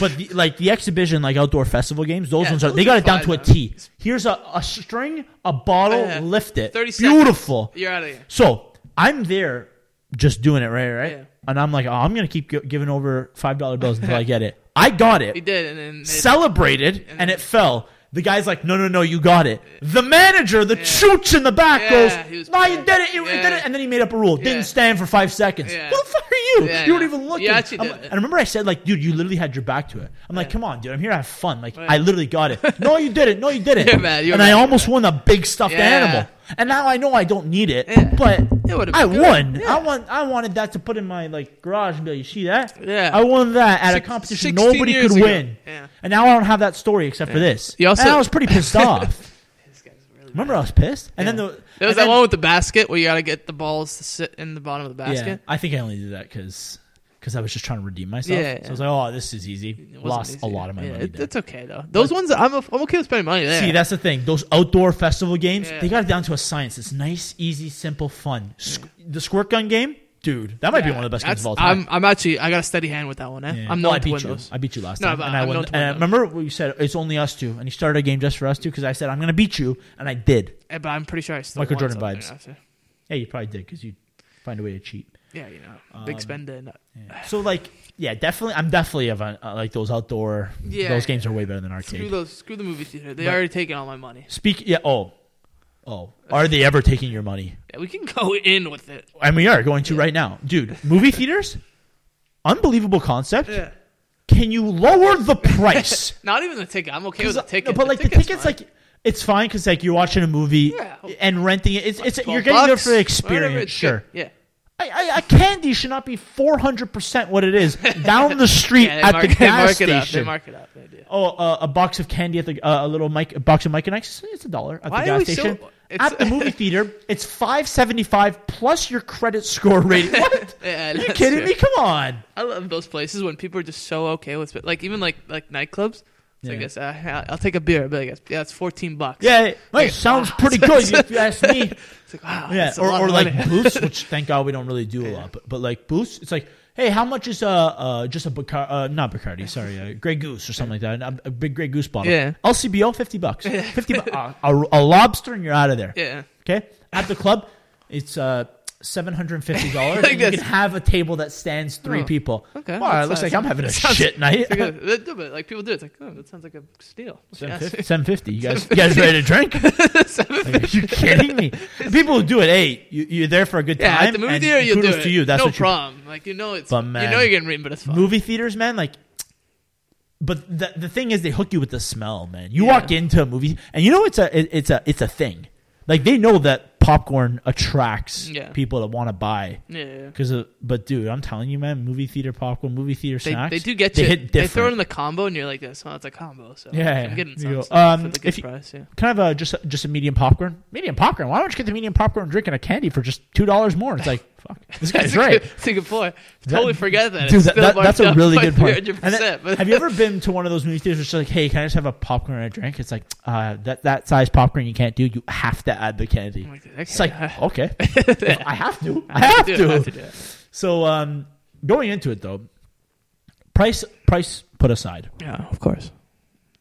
Speaker 1: But the, like the exhibition, like outdoor festival games, those
Speaker 2: Yeah,
Speaker 1: ones are
Speaker 2: those
Speaker 1: they got
Speaker 2: are
Speaker 1: it down to a
Speaker 2: fun, Oh,
Speaker 1: T. Here's a, a string, a bottle,
Speaker 2: Yeah.
Speaker 1: oh, lift it.
Speaker 2: 30 seconds.
Speaker 1: Beautiful.
Speaker 2: you're out of here.
Speaker 1: So I'm there, just doing it right, right,
Speaker 2: Yeah.
Speaker 1: and I'm like, oh, I'm gonna keep gi- giving over five dollar bills until I get it. I got
Speaker 2: He
Speaker 1: it,
Speaker 2: did, and then it-
Speaker 1: celebrated, and, it fell. The guy's like, no, no, no, you got it. The manager, the chooch in the back
Speaker 2: Yeah, he
Speaker 1: goes,
Speaker 2: was
Speaker 1: no, you
Speaker 2: pissed.
Speaker 1: did it, you, you did
Speaker 2: Yeah.
Speaker 1: it, and then he made up a rule,
Speaker 2: Yeah.
Speaker 1: didn't stand for five seconds.
Speaker 2: Yeah.
Speaker 1: Who the fuck are you?
Speaker 2: Yeah,
Speaker 1: you weren't
Speaker 2: yeah.
Speaker 1: even
Speaker 2: You
Speaker 1: looking.
Speaker 2: actually
Speaker 1: I'm-
Speaker 2: did it.
Speaker 1: and I remember I said like, dude, you literally had your back to it. I'm like,
Speaker 2: Yeah.
Speaker 1: come on, dude, I'm here to have fun. Like,
Speaker 2: Yeah.
Speaker 1: I literally got it. No, you did it. No, you didn't.
Speaker 2: You're mad. You're
Speaker 1: and I
Speaker 2: mad.
Speaker 1: almost won a big stuffed
Speaker 2: Yeah.
Speaker 1: animal. And now I know I don't need it,
Speaker 2: Yeah.
Speaker 1: but
Speaker 2: It would've been
Speaker 1: I
Speaker 2: good.
Speaker 1: won.
Speaker 2: Yeah.
Speaker 1: I want. I wanted that to put in my like garage and be like, you see that?
Speaker 2: Yeah.
Speaker 1: I won that at
Speaker 2: Six-
Speaker 1: a competition
Speaker 2: 16
Speaker 1: nobody
Speaker 2: years
Speaker 1: could
Speaker 2: ago.
Speaker 1: win.
Speaker 2: Yeah.
Speaker 1: And now I don't have that story except for this.
Speaker 2: You also-
Speaker 1: and I was pretty pissed off.
Speaker 2: This guy's really.
Speaker 1: Remember, I was pissed. And then
Speaker 2: Yeah.
Speaker 1: the
Speaker 2: There was
Speaker 1: and
Speaker 2: that
Speaker 1: then-
Speaker 2: one with the basket where you gotta get the balls to sit in the bottom of the
Speaker 1: Yeah,
Speaker 2: basket.
Speaker 1: I think I only did that because I was just trying to redeem myself.
Speaker 2: Yeah,
Speaker 1: So I
Speaker 2: yeah.
Speaker 1: was like, oh, this is easy.
Speaker 2: It wasn't
Speaker 1: Lost
Speaker 2: easy.
Speaker 1: a lot of my
Speaker 2: Yeah,
Speaker 1: money.
Speaker 2: it-
Speaker 1: there.
Speaker 2: It's okay though. Those ones, I'm a, I'm okay with spending money there.
Speaker 1: See, that's the thing. Those outdoor festival games,
Speaker 2: Yeah.
Speaker 1: they got it down to a science. It's nice, easy, simple, fun. Squ- The squirt gun game, dude, that might be
Speaker 2: Yeah,
Speaker 1: one of the best
Speaker 2: that's-
Speaker 1: games of all time.
Speaker 2: I'm, I'm actually, I got a steady hand with that one. Eh?
Speaker 1: Yeah.
Speaker 2: I'm
Speaker 1: Well, I
Speaker 2: not
Speaker 1: beat
Speaker 2: to win
Speaker 1: you.
Speaker 2: those.
Speaker 1: I beat you last
Speaker 2: No,
Speaker 1: time,
Speaker 2: but
Speaker 1: and I
Speaker 2: I'm
Speaker 1: won.
Speaker 2: known
Speaker 1: And
Speaker 2: to win
Speaker 1: I
Speaker 2: those.
Speaker 1: remember what you said? It's only us two, and you started a game just for us two because I said I'm going to beat you, and I did.
Speaker 2: Eh, But I'm pretty sure I still
Speaker 1: Michael
Speaker 2: won
Speaker 1: Jordan
Speaker 2: something
Speaker 1: vibes.
Speaker 2: after.
Speaker 1: Yeah, you probably did because you find a way to cheat.
Speaker 2: Yeah, you know, big
Speaker 1: Um,
Speaker 2: spender. Not,
Speaker 1: Yeah. So like, yeah, definitely, I'm definitely of a, uh, like those outdoor.
Speaker 2: Yeah,
Speaker 1: those
Speaker 2: yeah.
Speaker 1: games are way better than
Speaker 2: Screw
Speaker 1: arcade.
Speaker 2: those. Screw the movie theater. They
Speaker 1: But-
Speaker 2: already taken all my money.
Speaker 1: Speak. Yeah. Oh, oh. Are they ever taking your money?
Speaker 2: Yeah, we can go in with it.
Speaker 1: And we are going to right now, dude. Movie theaters, unbelievable concept.
Speaker 2: Yeah.
Speaker 1: Can you lower the price?
Speaker 2: Not even the ticket. I'm okay
Speaker 1: 'Cause,
Speaker 2: with the
Speaker 1: uh,
Speaker 2: ticket.
Speaker 1: But like the ticket's, like it's fine because like you're watching a movie
Speaker 2: Yeah.
Speaker 1: and renting it. It's, it's you're getting there for the experience, sure.
Speaker 2: Yeah.
Speaker 1: I, I, a candy should not be 400% what it is down the street
Speaker 2: Yeah, they
Speaker 1: at
Speaker 2: mark,
Speaker 1: the
Speaker 2: they
Speaker 1: gas
Speaker 2: mark it up. They
Speaker 1: station.
Speaker 2: mark it up. They do.
Speaker 1: oh, uh, a box of candy at the uh, a little mic, a box of Mike and Ike's. It's a dollar at
Speaker 2: Why
Speaker 1: the
Speaker 2: are
Speaker 1: gas
Speaker 2: we so-
Speaker 1: station.
Speaker 2: it's-
Speaker 1: at the movie theater, it's 575 plus your credit score rating. What?
Speaker 2: Yeah,
Speaker 1: Are you
Speaker 2: that's
Speaker 1: kidding
Speaker 2: true.
Speaker 1: me? Come on.
Speaker 2: I love those places when people are just so okay with it. Like even like like nightclubs. It's
Speaker 1: Yeah.
Speaker 2: like it's, uh, I'll take a beer, but I guess yeah, it's fourteen bucks.
Speaker 1: Yeah, it
Speaker 2: Like,
Speaker 1: sounds pretty good if you ask me.
Speaker 2: it's like wow,
Speaker 1: Yeah,
Speaker 2: that's a
Speaker 1: or,
Speaker 2: lot
Speaker 1: or
Speaker 2: of
Speaker 1: like
Speaker 2: money.
Speaker 1: booths, which thank God we don't really do a lot, but, but like booths, it's like, hey, how much is uh, uh just a Bacardi, uh, not Bacardi, sorry, uh, Grey Goose or something like that, a, a big Grey Goose bottle.
Speaker 2: Yeah.
Speaker 1: LCBO, 50 bucks. 50 bu- a, a, a lobster and you're out of there.
Speaker 2: yeah,
Speaker 1: Okay? At the club, it's uh $750.
Speaker 2: Like
Speaker 1: and you
Speaker 2: this.
Speaker 1: can have a table that stands three
Speaker 2: Oh,
Speaker 1: people.
Speaker 2: okay,
Speaker 1: Wow, it
Speaker 2: that's
Speaker 1: looks
Speaker 2: nice.
Speaker 1: like I'm having a
Speaker 2: Sounds-
Speaker 1: shit night.
Speaker 2: It's like, a- but, like people do. It's like oh, that sounds like a steal. Yeah.
Speaker 1: 750. 750. You guys, you guys ready to drink? Like, are you kidding me? The people who do it, hey, you, you're there for a good time.
Speaker 2: Yeah, at the movie
Speaker 1: and
Speaker 2: theater, you'll do
Speaker 1: kudos
Speaker 2: it.
Speaker 1: to you. That's
Speaker 2: no
Speaker 1: what you
Speaker 2: problem. Like you know, it's
Speaker 1: But,
Speaker 2: you
Speaker 1: man,
Speaker 2: know you're getting reamed, but it's fun.
Speaker 1: movie theaters, man. Like, but the the thing is, they hook you with the smell, man. You
Speaker 2: Yeah.
Speaker 1: walk into a movie, and you know it's a it- it's a it's a thing. Like they know that popcorn attracts
Speaker 2: Yeah.
Speaker 1: people that want to buy.
Speaker 2: Yeah, yeah, yeah.
Speaker 1: Because, but dude, I'm telling you, man, movie theater popcorn, movie theater
Speaker 2: They,
Speaker 1: snacks,
Speaker 2: they do get
Speaker 1: They
Speaker 2: you.
Speaker 1: hit
Speaker 2: they throw it
Speaker 1: different.
Speaker 2: in the combo, and you're like, "This, well, it's a combo." So
Speaker 1: Yeah,
Speaker 2: I'm
Speaker 1: yeah.
Speaker 2: getting
Speaker 1: You
Speaker 2: some
Speaker 1: go,
Speaker 2: stuff
Speaker 1: um,
Speaker 2: for the
Speaker 1: if
Speaker 2: good
Speaker 1: you-
Speaker 2: price. Yeah,
Speaker 1: Kind of a uh, just just a medium popcorn, medium popcorn. Why don't you get the medium popcorn and drink in a candy for just two dollars more? It's like fuck, this guy's
Speaker 2: a
Speaker 1: right.
Speaker 2: good- It's a good point. Totally forget that.
Speaker 1: Dude,
Speaker 2: it's
Speaker 1: that-
Speaker 2: still
Speaker 1: that- that's a
Speaker 2: marked
Speaker 1: really
Speaker 2: up
Speaker 1: good
Speaker 2: by
Speaker 1: point.
Speaker 2: 300%,
Speaker 1: And then-
Speaker 2: but-
Speaker 1: have you ever been to one of those movie theaters where it's like, hey, can I just have a popcorn and a drink? It's like, uh, that, that size popcorn you can't do. You have to add the candy.
Speaker 2: I'm like,
Speaker 1: It's like,
Speaker 2: "Okay,
Speaker 1: okay. I have to. I have
Speaker 2: do it,
Speaker 1: to.
Speaker 2: Oh I have to do it.
Speaker 1: So um, going into it, though, price price put aside,
Speaker 2: Yeah, of course.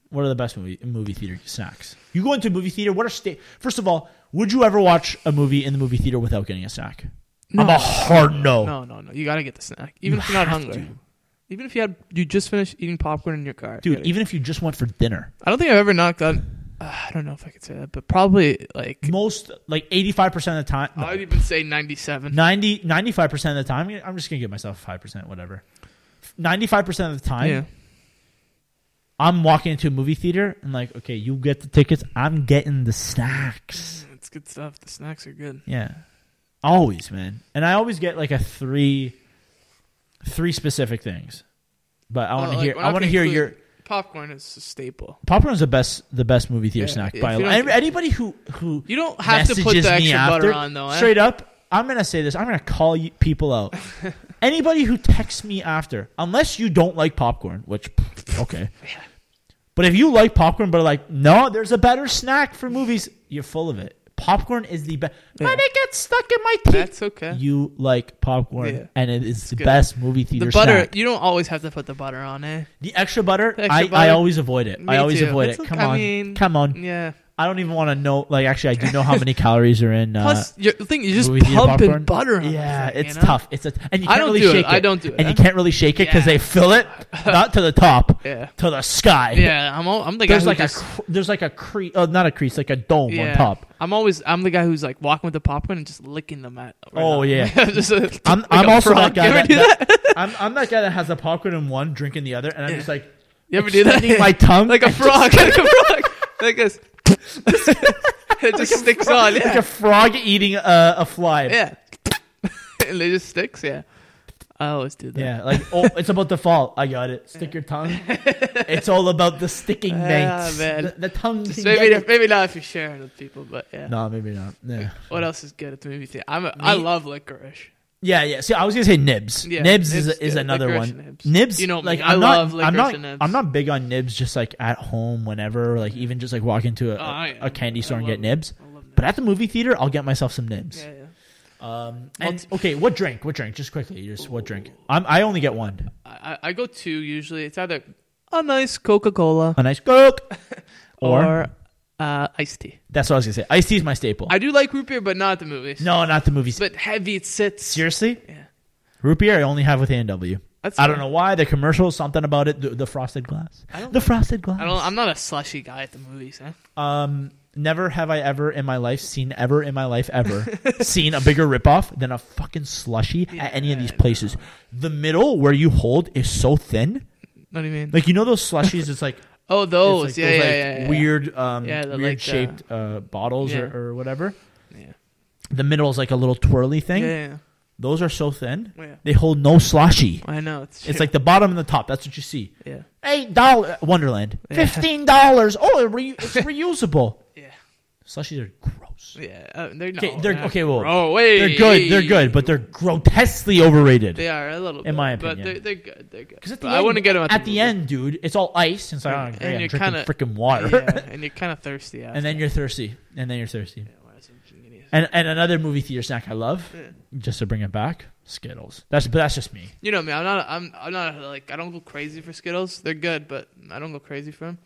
Speaker 1: what are the best movie, movie theater snacks? You go into a movie theater, what are sta- First of all, would you ever watch a movie in the movie theater without getting a snack? I'm a hard no.
Speaker 2: No, no, no. You gotta get the snack, even
Speaker 1: You
Speaker 2: if you're not
Speaker 1: have
Speaker 2: hungry.
Speaker 1: to.
Speaker 2: Even if you had you just finished eating popcorn in your car, you
Speaker 1: Dude,
Speaker 2: gotta-
Speaker 1: even if you just went for dinner.
Speaker 2: I don't think I've ever knocked on. Uh, I don't know if I could say that, but probably like
Speaker 1: Most, like 85% of the time. no.
Speaker 2: I'd even say ninety-seven.
Speaker 1: 90, 95% of the time, I'm just going to give myself 5%, whatever. 95% of the time,
Speaker 2: yeah,
Speaker 1: I'm walking into a movie theater and like, okay, you get the tickets. I'm getting the snacks.
Speaker 2: it's good stuff. The snacks are good.
Speaker 1: Yeah. Always, man. And I always get like a three, three specific things. But I
Speaker 2: Oh,
Speaker 1: want to
Speaker 2: like,
Speaker 1: hear,
Speaker 2: we're
Speaker 1: I
Speaker 2: not
Speaker 1: want to
Speaker 2: gonna
Speaker 1: hear
Speaker 2: include-
Speaker 1: your,
Speaker 2: Popcorn is a staple.
Speaker 1: popcorn's the best, the best movie theater
Speaker 2: Yeah,
Speaker 1: snack
Speaker 2: if
Speaker 1: by a
Speaker 2: you
Speaker 1: lot.
Speaker 2: don't
Speaker 1: Any-
Speaker 2: get-
Speaker 1: Anybody who, who
Speaker 2: You don't have to put
Speaker 1: messages
Speaker 2: the
Speaker 1: me
Speaker 2: extra butter
Speaker 1: after,
Speaker 2: on though. eh?
Speaker 1: Straight up, I'm gonna say this. I'm gonna call you people out. Anybody who texts me after, unless you don't like popcorn, which pff, okay, but if you like popcorn, but are like, no, there's a better snack for movies. You're full of it. Popcorn is the best.
Speaker 2: Yeah.
Speaker 1: But it gets stuck in my teeth.
Speaker 2: That's okay.
Speaker 1: you like popcorn,
Speaker 2: Yeah.
Speaker 1: and it is the
Speaker 2: good.
Speaker 1: best movie theater
Speaker 2: the butter.
Speaker 1: snack.
Speaker 2: You don't always have to put the butter on eh? it.
Speaker 1: The extra butter,
Speaker 2: The extra
Speaker 1: I, I
Speaker 2: butter?
Speaker 1: always avoid it. I
Speaker 2: Me
Speaker 1: always
Speaker 2: too.
Speaker 1: avoid
Speaker 2: It's
Speaker 1: it.
Speaker 2: okay.
Speaker 1: Come
Speaker 2: I
Speaker 1: on,
Speaker 2: mean-
Speaker 1: come on.
Speaker 2: Yeah.
Speaker 1: I don't even want to know. Like, actually, I do know how many calories are in. Uh,
Speaker 2: Plus, you're, the thing you're just
Speaker 1: movie theater
Speaker 2: pumping
Speaker 1: popcorn.
Speaker 2: butter. on
Speaker 1: Yeah,
Speaker 2: the thing,
Speaker 1: it's
Speaker 2: you know?
Speaker 1: tough. It's a and you
Speaker 2: I
Speaker 1: can't
Speaker 2: don't
Speaker 1: really
Speaker 2: do it.
Speaker 1: shake it.
Speaker 2: I don't do it,
Speaker 1: And
Speaker 2: huh?
Speaker 1: you can't really shake it because
Speaker 2: Yeah.
Speaker 1: they fill it not to the top,
Speaker 2: Yeah,
Speaker 1: to the sky.
Speaker 2: yeah. I'm all, I'm the guy
Speaker 1: There's
Speaker 2: who
Speaker 1: like a
Speaker 2: just,
Speaker 1: cr- there's like a crease, oh, not a crease, like a dome
Speaker 2: yeah.
Speaker 1: on top.
Speaker 2: I'm always I'm the guy who's like walking with the popcorn and just licking them at.
Speaker 1: Oh, yeah.
Speaker 2: just a,
Speaker 1: I'm
Speaker 2: like
Speaker 1: I'm
Speaker 2: a
Speaker 1: also
Speaker 2: frog.
Speaker 1: that guy.
Speaker 2: You ever
Speaker 1: That,
Speaker 2: do that?
Speaker 1: that- I'm I'm that guy that has the popcorn in one, drink in the other, and I'm just like
Speaker 2: You ever do
Speaker 1: extending
Speaker 2: that?
Speaker 1: my tongue
Speaker 2: like a
Speaker 1: and
Speaker 2: frog, like a frog, like this. it just sticks on.
Speaker 1: just-
Speaker 2: Yeah,
Speaker 1: like a frog eating a, a fly.
Speaker 2: yeah. and it just sticks. Yeah, I always do that.
Speaker 1: Yeah, like oh, it's about to fall. I got it. Stick your tongue. It's all about the sticking, mate.
Speaker 2: Ah, man.
Speaker 1: The, the tongue.
Speaker 2: Just
Speaker 1: can
Speaker 2: maybe
Speaker 1: get
Speaker 2: not- maybe not if you're sharing with people, but yeah.
Speaker 1: you. No, maybe not. Yeah.
Speaker 2: What else is good at the movie theater? I'm a, I
Speaker 1: Me-
Speaker 2: love licorice.
Speaker 1: Yeah, yeah. See, I was gonna say nibs.
Speaker 2: Yeah,
Speaker 1: nibs is,
Speaker 2: Nibs,
Speaker 1: is
Speaker 2: yeah,
Speaker 1: another
Speaker 2: licorice
Speaker 1: one.
Speaker 2: nibs.
Speaker 1: Nibs.
Speaker 2: You know me,
Speaker 1: like
Speaker 2: I
Speaker 1: I'm
Speaker 2: love
Speaker 1: not, I'm
Speaker 2: licorice
Speaker 1: not,
Speaker 2: and nibs.
Speaker 1: I'm not big on nibs. Just like at home, whenever, like even just like walk into a,
Speaker 2: Oh, yeah.
Speaker 1: a candy store
Speaker 2: I
Speaker 1: and
Speaker 2: love
Speaker 1: get nibs.
Speaker 2: I love
Speaker 1: But at the movie theater, I'll get myself some nibs.
Speaker 2: yeah, yeah.
Speaker 1: Um, and okay, what drink? What drink? Just quickly, just what drink? I'm, I only get one.
Speaker 2: I, I- I go two usually. It's either a nice Coca Cola
Speaker 1: A nice Coke,
Speaker 2: or,
Speaker 1: or,
Speaker 2: uh, iced tea.
Speaker 1: that's what I was gonna say. Iced tea is my staple.
Speaker 2: I do like root beer, but not at the movies.
Speaker 1: no, not the movies.
Speaker 2: but heavy it sits.
Speaker 1: Seriously,
Speaker 2: Yeah.
Speaker 1: root beer I only have with A and W.
Speaker 2: That's
Speaker 1: I don't
Speaker 2: fine.
Speaker 1: know why the commercial, something about it, the, the frosted glass,
Speaker 2: I don't
Speaker 1: the frosted glass.
Speaker 2: I don't. I'm not a slushy guy at the movies. Huh?
Speaker 1: Um, never have I ever in my life seen ever in my life ever seen a bigger ripoff than a fucking slushy
Speaker 2: Yeah,
Speaker 1: at any of these
Speaker 2: I
Speaker 1: places. The middle where you hold is so thin.
Speaker 2: What do you mean?
Speaker 1: Like you know those slushies, it's like
Speaker 2: oh,
Speaker 1: oh,
Speaker 2: those.
Speaker 1: it's like
Speaker 2: yeah,
Speaker 1: those,
Speaker 2: yeah,
Speaker 1: like,
Speaker 2: yeah, yeah.
Speaker 1: weird, um,
Speaker 2: Yeah, the,
Speaker 1: weird
Speaker 2: like, uh,
Speaker 1: shaped uh, bottles
Speaker 2: yeah.
Speaker 1: or, or whatever.
Speaker 2: Yeah.
Speaker 1: The middle is like a little twirly
Speaker 2: Yeah,
Speaker 1: thing.
Speaker 2: yeah.
Speaker 1: Those are so thin.
Speaker 2: Oh, Yeah.
Speaker 1: They hold no sloshy.
Speaker 2: I know. It's,
Speaker 1: It's like the bottom and the top. That's what you see.
Speaker 2: yeah,
Speaker 1: Eight dollar Wonderland. Fifteen dollars. Oh, it re- it's reusable.
Speaker 2: yeah,
Speaker 1: Slushies are gross.
Speaker 2: yeah. Uh, they're not.
Speaker 1: Okay, they're- okay, well,
Speaker 2: Oh wait,
Speaker 1: They're good. They're good, but they're grotesquely overrated.
Speaker 2: They are a little. bit,
Speaker 1: my
Speaker 2: but
Speaker 1: opinion.
Speaker 2: they're, they're good. They're good.
Speaker 1: 'Cause at
Speaker 2: But
Speaker 1: the
Speaker 2: I
Speaker 1: end-
Speaker 2: wouldn't get them at,
Speaker 1: At
Speaker 2: movie.
Speaker 1: the end, dude, it's all ice. And it's like, oh,
Speaker 2: And
Speaker 1: great, I'm
Speaker 2: you're
Speaker 1: drinking
Speaker 2: kinda-
Speaker 1: freaking water.
Speaker 2: yeah, and you're kind of thirsty. After.
Speaker 1: and then you're thirsty. And then you're thirsty.
Speaker 2: Yeah, whereas I'm thinking is-
Speaker 1: And and another movie theater snack I love,
Speaker 2: Yeah.
Speaker 1: just to bring it back, Skittles. That's but that's just me.
Speaker 2: You know me. I'm not. I'm. I'm not like. I don't go crazy for Skittles. They're good, but I don't go crazy for them.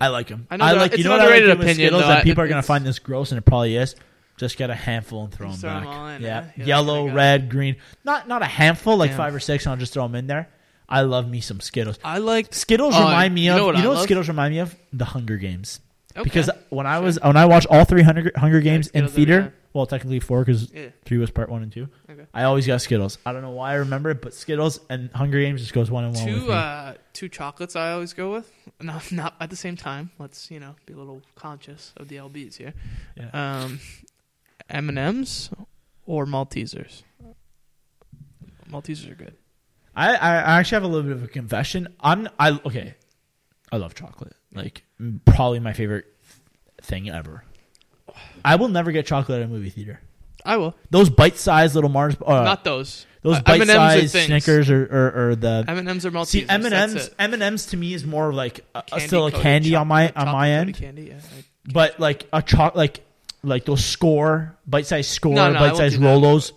Speaker 1: I like them.
Speaker 2: I
Speaker 1: I,
Speaker 2: know they're-
Speaker 1: like.
Speaker 2: it's
Speaker 1: You know
Speaker 2: an
Speaker 1: what I like
Speaker 2: underrated
Speaker 1: doing with
Speaker 2: opinion,
Speaker 1: Skittles
Speaker 2: though. I-
Speaker 1: that people are gonna
Speaker 2: it's-
Speaker 1: find this gross, and it probably is. Just get a handful and throw them
Speaker 2: Just throw 'em
Speaker 1: back.
Speaker 2: all in,
Speaker 1: yeah,
Speaker 2: eh? Yeah,
Speaker 1: yellow,
Speaker 2: I got
Speaker 1: red, green. Not not a handful, like
Speaker 2: Yeah.
Speaker 1: five or six, and I'll just throw them in there. I love me some Skittles.
Speaker 2: I like.
Speaker 1: Skittles
Speaker 2: Oh,
Speaker 1: remind me
Speaker 2: you
Speaker 1: of you
Speaker 2: know
Speaker 1: know
Speaker 2: what
Speaker 1: what,
Speaker 2: I love?
Speaker 1: Skittles remind me of the Hunger Games
Speaker 2: Okay.
Speaker 1: because when I was when I watched all three Hunger, Hunger Games in
Speaker 2: Skittles every time.
Speaker 1: theater, well technically four because
Speaker 2: Yeah.
Speaker 1: three was part one and two.
Speaker 2: Okay.
Speaker 1: I always got Skittles. I don't know why I remember it, but Skittles and Hunger Games just goes one and one. with
Speaker 2: Two
Speaker 1: me.
Speaker 2: uh, two chocolates I always go with. No, not at the same time. Let's you know be a little conscious of the lbs here.
Speaker 1: Yeah.
Speaker 2: Um, M and M's or Maltesers. Maltesers are good.
Speaker 1: I, I I actually have a little bit of a confession. I'm I okay. I love chocolate. Like m- probably my favorite thing ever. I will never get chocolate at a movie theater.
Speaker 2: I will
Speaker 1: Those bite-sized little Mars, uh,
Speaker 2: not those.
Speaker 1: those
Speaker 2: Uh, M&Ms are
Speaker 1: bite-sized
Speaker 2: things.
Speaker 1: Snickers or, or, or the
Speaker 2: M and M's or Maltesers.
Speaker 1: See M and
Speaker 2: that's
Speaker 1: M's.
Speaker 2: it.
Speaker 1: M and M's to me is more of like a, a-
Speaker 2: Candy
Speaker 1: still a
Speaker 2: coated
Speaker 1: candy on my on
Speaker 2: chocolate-
Speaker 1: my
Speaker 2: chocolate
Speaker 1: end,
Speaker 2: coated Candy, yeah. I-
Speaker 1: but like a choc like like those score bite sized score
Speaker 2: No, no, I won't
Speaker 1: bite sized
Speaker 2: do that.
Speaker 1: Rolos.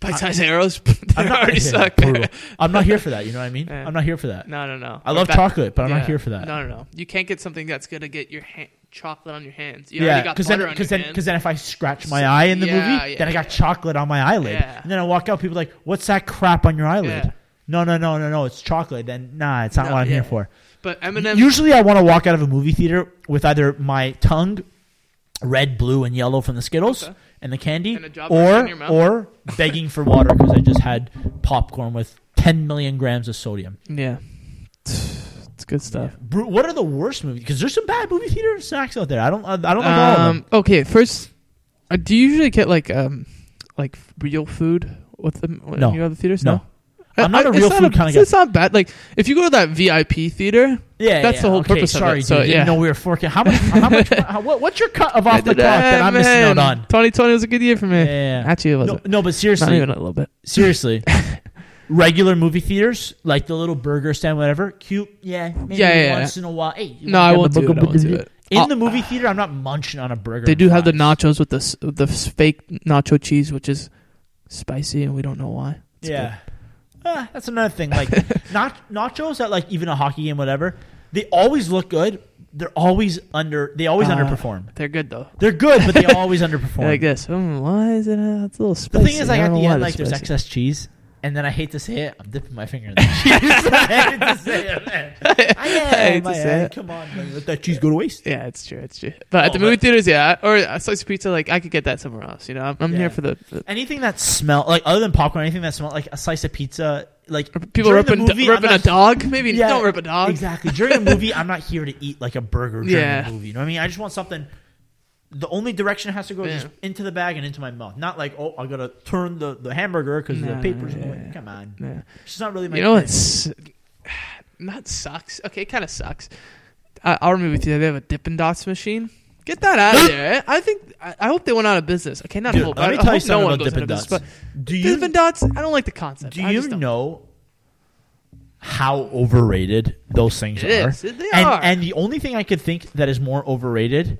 Speaker 2: Bite-sized arrows. they
Speaker 1: I'm not
Speaker 2: already suck.
Speaker 1: Brutal. I'm not here for that. You know what I mean?
Speaker 2: Yeah.
Speaker 1: I'm not here for that.
Speaker 2: No, no, no.
Speaker 1: I love
Speaker 2: But that-
Speaker 1: chocolate, but I'm
Speaker 2: yeah.
Speaker 1: not here for that.
Speaker 2: No, no, no. You can't get something that's gonna get your ha- chocolate on your hands. You already
Speaker 1: yeah,
Speaker 2: got
Speaker 1: because
Speaker 2: butter
Speaker 1: then
Speaker 2: on
Speaker 1: because
Speaker 2: your
Speaker 1: then
Speaker 2: hand.
Speaker 1: because then if I scratch my
Speaker 2: So-
Speaker 1: eye in the
Speaker 2: yeah,
Speaker 1: movie,
Speaker 2: yeah,
Speaker 1: then I got
Speaker 2: yeah.
Speaker 1: chocolate on my eyelid,
Speaker 2: Yeah.
Speaker 1: and then I walk out. People are like, "What's that crap on your eyelid?"
Speaker 2: Yeah.
Speaker 1: No, no, no, no, no. It's chocolate. Then nah, it's not
Speaker 2: No,
Speaker 1: what I'm
Speaker 2: yeah.
Speaker 1: here for.
Speaker 2: but M and M's.
Speaker 1: Usually, I want to walk out of a movie theater with either my tongue, red, blue, and yellow from the Skittles
Speaker 2: Okay.
Speaker 1: and the candy,
Speaker 2: And a drop in your
Speaker 1: or
Speaker 2: mouth.
Speaker 1: or begging for water because I just had popcorn with 10 million grams of sodium.
Speaker 2: Yeah, it's good stuff.
Speaker 1: Bru- What are the worst movies? Because there's some bad movie theater snacks out there. I don't I don't know all of
Speaker 2: Um,
Speaker 1: them.
Speaker 2: okay, first, uh, do you usually get like um like real food with them when
Speaker 1: No.
Speaker 2: you go to the theaters?
Speaker 1: No. I'm not a real food kinda guy.
Speaker 2: It's not bad. Like if you go to that VIP theater,
Speaker 1: Yeah,
Speaker 2: that's
Speaker 1: yeah,
Speaker 2: the whole
Speaker 1: okay,
Speaker 2: purpose of
Speaker 1: Sorry,
Speaker 2: it, so,
Speaker 1: dude,
Speaker 2: yeah.
Speaker 1: didn't know we were forking. How much? How much? How, what, what's your cut of off the clock that I'm missing out on?
Speaker 2: Twenty twenty was a good year for me.
Speaker 1: Yeah, yeah, yeah.
Speaker 2: Actually, it
Speaker 1: No,
Speaker 2: wasn't.
Speaker 1: no, but
Speaker 2: not
Speaker 1: seriously,
Speaker 2: even a little bit.
Speaker 1: Seriously. Regular movie theaters, like the little burger stand, whatever, cute. Yeah, maybe
Speaker 2: Yeah, yeah,
Speaker 1: once in a while. Hey, you
Speaker 2: No,
Speaker 1: wanna
Speaker 2: I
Speaker 1: grab a
Speaker 2: won't do it.
Speaker 1: burger?
Speaker 2: I won't do it.
Speaker 1: In
Speaker 2: I'll-
Speaker 1: the movie theater, I'm not munching on a burger.
Speaker 2: They
Speaker 1: and
Speaker 2: do have the
Speaker 1: fries.
Speaker 2: nachos with the s- the s- fake nacho cheese, which is spicy, and we don't know why. It's
Speaker 1: Yeah, Ah, that's another thing. Like not nachos at like even a hockey game, whatever. They always look good. They're always under. They always
Speaker 2: Uh,
Speaker 1: underperform.
Speaker 2: good. they're good though.
Speaker 1: They're good, but they always underperform.
Speaker 2: Like this. Mm, why is it? Uh, it's a little
Speaker 1: the
Speaker 2: spicy.
Speaker 1: thing is, like
Speaker 2: I
Speaker 1: at
Speaker 2: don't
Speaker 1: the
Speaker 2: know why
Speaker 1: end,
Speaker 2: they're
Speaker 1: like there's
Speaker 2: spicy.
Speaker 1: excess cheese, and then I hate to say it, I'm dipping my finger in the cheese. I hate to say it, man. I
Speaker 2: hate
Speaker 1: am.
Speaker 2: to
Speaker 1: I
Speaker 2: say
Speaker 1: am.
Speaker 2: it.
Speaker 1: Come on, man. let that cheese go to waste.
Speaker 2: Yeah, it's true. It's true. But at
Speaker 1: Oh,
Speaker 2: the movie
Speaker 1: but-
Speaker 2: theaters, yeah, or a slice of pizza, like I could get that somewhere else. You know, I'm, I'm
Speaker 1: Yeah.
Speaker 2: here for the, the
Speaker 1: Anything that smell like other than popcorn, anything that smelled like a slice of pizza, like
Speaker 2: people
Speaker 1: during the
Speaker 2: ripping
Speaker 1: movie, I'm
Speaker 2: ripping
Speaker 1: not-
Speaker 2: a dog. Maybe
Speaker 1: Yeah,
Speaker 2: don't rip a dog.
Speaker 1: Exactly. During a movie, I'm not here to eat like a burger during
Speaker 2: Yeah.
Speaker 1: the movie. You know what I mean? I just want something. The only direction it has to go is
Speaker 2: Yeah.
Speaker 1: just into the bag and into my mouth. Not like, oh, I gotta turn the, the hamburger because
Speaker 2: No,
Speaker 1: the paper's
Speaker 2: yeah,
Speaker 1: going.
Speaker 2: yeah.
Speaker 1: Come on,
Speaker 2: Yeah.
Speaker 1: it's just not really my.
Speaker 2: You know
Speaker 1: thing.
Speaker 2: what's not sucks? Okay, it kind of sucks. Uh, our movie theater, they have a Dippin' Dots machine. Get that out of there. eh? I think I, I hope they went out of business. Okay, not
Speaker 1: Dude,
Speaker 2: hope.
Speaker 1: let
Speaker 2: I,
Speaker 1: me
Speaker 2: I
Speaker 1: tell you
Speaker 2: hope no
Speaker 1: something
Speaker 2: one
Speaker 1: about
Speaker 2: goes out
Speaker 1: Dippin'
Speaker 2: of
Speaker 1: Dots.
Speaker 2: business. But
Speaker 1: do you
Speaker 2: Dippin' Dots, I don't like the concept.
Speaker 1: do
Speaker 2: I
Speaker 1: you
Speaker 2: just don't.
Speaker 1: know how overrated those things
Speaker 2: It
Speaker 1: are?
Speaker 2: is. They
Speaker 1: and,
Speaker 2: are.
Speaker 1: and the only thing I could think that is more overrated,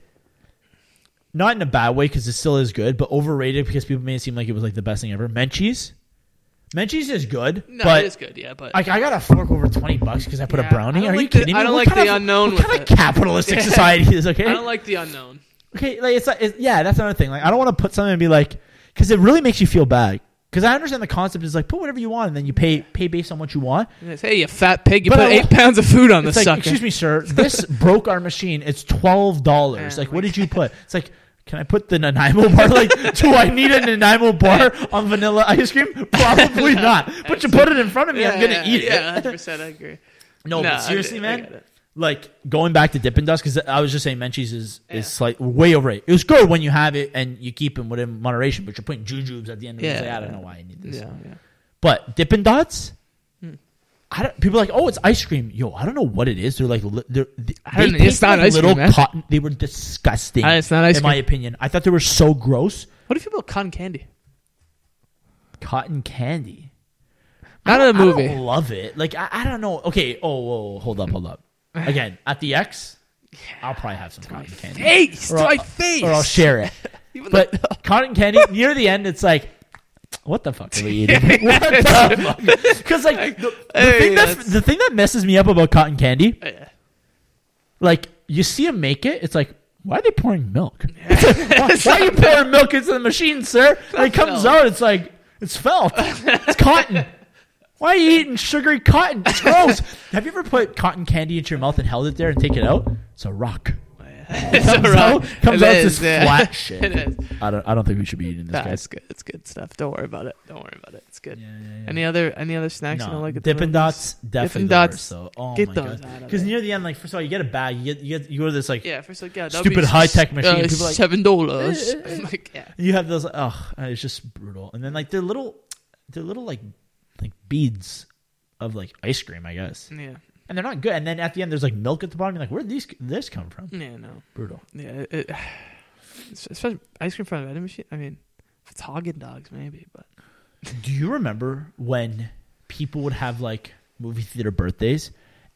Speaker 1: not in a bad way because it still is good, but overrated because people made it seem like it was like the best thing ever. Menchie's, Menchie's is good,
Speaker 2: No,
Speaker 1: but
Speaker 2: it is good. Yeah, but
Speaker 1: like I gotta fork over twenty bucks because I put
Speaker 2: Yeah,
Speaker 1: a brownie.
Speaker 2: I don't
Speaker 1: Are you
Speaker 2: like the-
Speaker 1: kidding me?
Speaker 2: I don't
Speaker 1: What
Speaker 2: like
Speaker 1: kind
Speaker 2: the
Speaker 1: of,
Speaker 2: unknown
Speaker 1: What
Speaker 2: with
Speaker 1: kind of capitalistic society is okay?
Speaker 2: I don't like the unknown.
Speaker 1: Okay, like it's, like it's yeah, that's another thing. Like I don't want to put something and be like, because it really makes you feel bad. Because I understand the concept is like put whatever you want and then you pay pay based on what you want.
Speaker 2: And it's, hey, you fat pig! You
Speaker 1: But
Speaker 2: put
Speaker 1: I-
Speaker 2: eight pounds of food on
Speaker 1: It's
Speaker 2: this
Speaker 1: like,
Speaker 2: sucker.
Speaker 1: excuse me, sir, this broke our machine. It's twelve dollars.
Speaker 2: Yeah,
Speaker 1: Like, what
Speaker 2: like-
Speaker 1: did you put? It's like, can I put the Nanaimo bar? Like, do I need a Nanaimo bar on vanilla ice cream? Probably not. But you put it in front of me, I'm gonna
Speaker 2: yeah,
Speaker 1: eat
Speaker 2: yeah,
Speaker 1: it.
Speaker 2: hundred percent. I agree.
Speaker 1: No,
Speaker 2: Nah,
Speaker 1: but seriously,
Speaker 2: I- I
Speaker 1: man,
Speaker 2: get it.
Speaker 1: like going back to Dippin' Dust because I was just saying Menchie's is is like way overrated. It was good when you have it and you keep them within moderation, but you're putting jujubes at the end of it. It's
Speaker 2: Yeah.
Speaker 1: like, I don't know why I need this.
Speaker 2: Yeah, Hmm. yeah.
Speaker 1: But Dippin' Dots, I don't. People are like, oh, it's ice cream. Yo, I don't know what it is. They're like, li- they're, they
Speaker 2: I don't know. It's
Speaker 1: taste
Speaker 2: not
Speaker 1: like
Speaker 2: ice cream,
Speaker 1: little
Speaker 2: man.
Speaker 1: cotton. They were disgusting.
Speaker 2: Uh, it's not ice
Speaker 1: in my
Speaker 2: cream.
Speaker 1: opinion. I thought they were so gross.
Speaker 2: What if you put cotton candy?
Speaker 1: Cotton candy.
Speaker 2: Not in a
Speaker 1: I
Speaker 2: movie.
Speaker 1: don't love it. Like I, I don't know. Okay. Oh, whoa, whoa, hold up, hold up. Again, at the X, I'll probably have some cotton candy.
Speaker 2: Face to
Speaker 1: Or I'll-
Speaker 2: my face.
Speaker 1: or I'll share it.
Speaker 2: Even
Speaker 1: but cotton candy near the end, it's like, what the fuck are we eating? what the fuck? Because like the, the
Speaker 2: Hey,
Speaker 1: thing that
Speaker 2: that's-
Speaker 1: the thing that messes me up about cotton candy,
Speaker 2: Oh, Yeah.
Speaker 1: like you see them make it, it's like. Why are they pouring milk? why, why are you pouring milk into the machine, sir? And it comes
Speaker 2: felt.
Speaker 1: out, it's like it's felt. It's cotton. Why are you eating sugary cotton? It's gross. Have you ever put cotton candy into your mouth and held it there and take it out? It's a rock.
Speaker 2: It's
Speaker 1: comes
Speaker 2: all right.
Speaker 1: out, comes
Speaker 2: It
Speaker 1: out
Speaker 2: is,
Speaker 1: this
Speaker 2: yeah.
Speaker 1: flat shit.
Speaker 2: It is.
Speaker 1: I don't. I don't think we should be eating this,
Speaker 2: Nah,
Speaker 1: guys.
Speaker 2: it's good. It's good stuff. Don't worry about it. Don't worry about it. It's good.
Speaker 1: Yeah, yeah, yeah.
Speaker 2: Any other any other snacks you don't like? at the
Speaker 1: Dippin'
Speaker 2: movies?
Speaker 1: Dots definitely
Speaker 2: Dippin'
Speaker 1: the
Speaker 2: Dots,
Speaker 1: worst, though. Oh
Speaker 2: get
Speaker 1: my
Speaker 2: those out
Speaker 1: god!
Speaker 2: of
Speaker 1: Because
Speaker 2: there.
Speaker 1: near the end, like first of all, you get a bag. You get you, get, you go to this like
Speaker 2: Yeah, first like yeah, that'd
Speaker 1: Stupid
Speaker 2: be
Speaker 1: high-tech
Speaker 2: s-
Speaker 1: machine.
Speaker 2: Uh,
Speaker 1: People like-
Speaker 2: seven dollars.
Speaker 1: Eh, eh, eh.
Speaker 2: like yeah,
Speaker 1: you have those. Oh, it's just brutal. And then like they're little, they're little like like beads of like ice cream, I guess.
Speaker 2: yeah,
Speaker 1: And they're not good. And then at the end, there's like milk at the bottom. You're like, where did these this come from?
Speaker 2: yeah, no,
Speaker 1: Brutal.
Speaker 2: yeah. It, it- especially ice cream from a vending machine. I mean, if it's Haagen Dogs, maybe, but
Speaker 1: Do you remember when people would have like movie theater birthdays,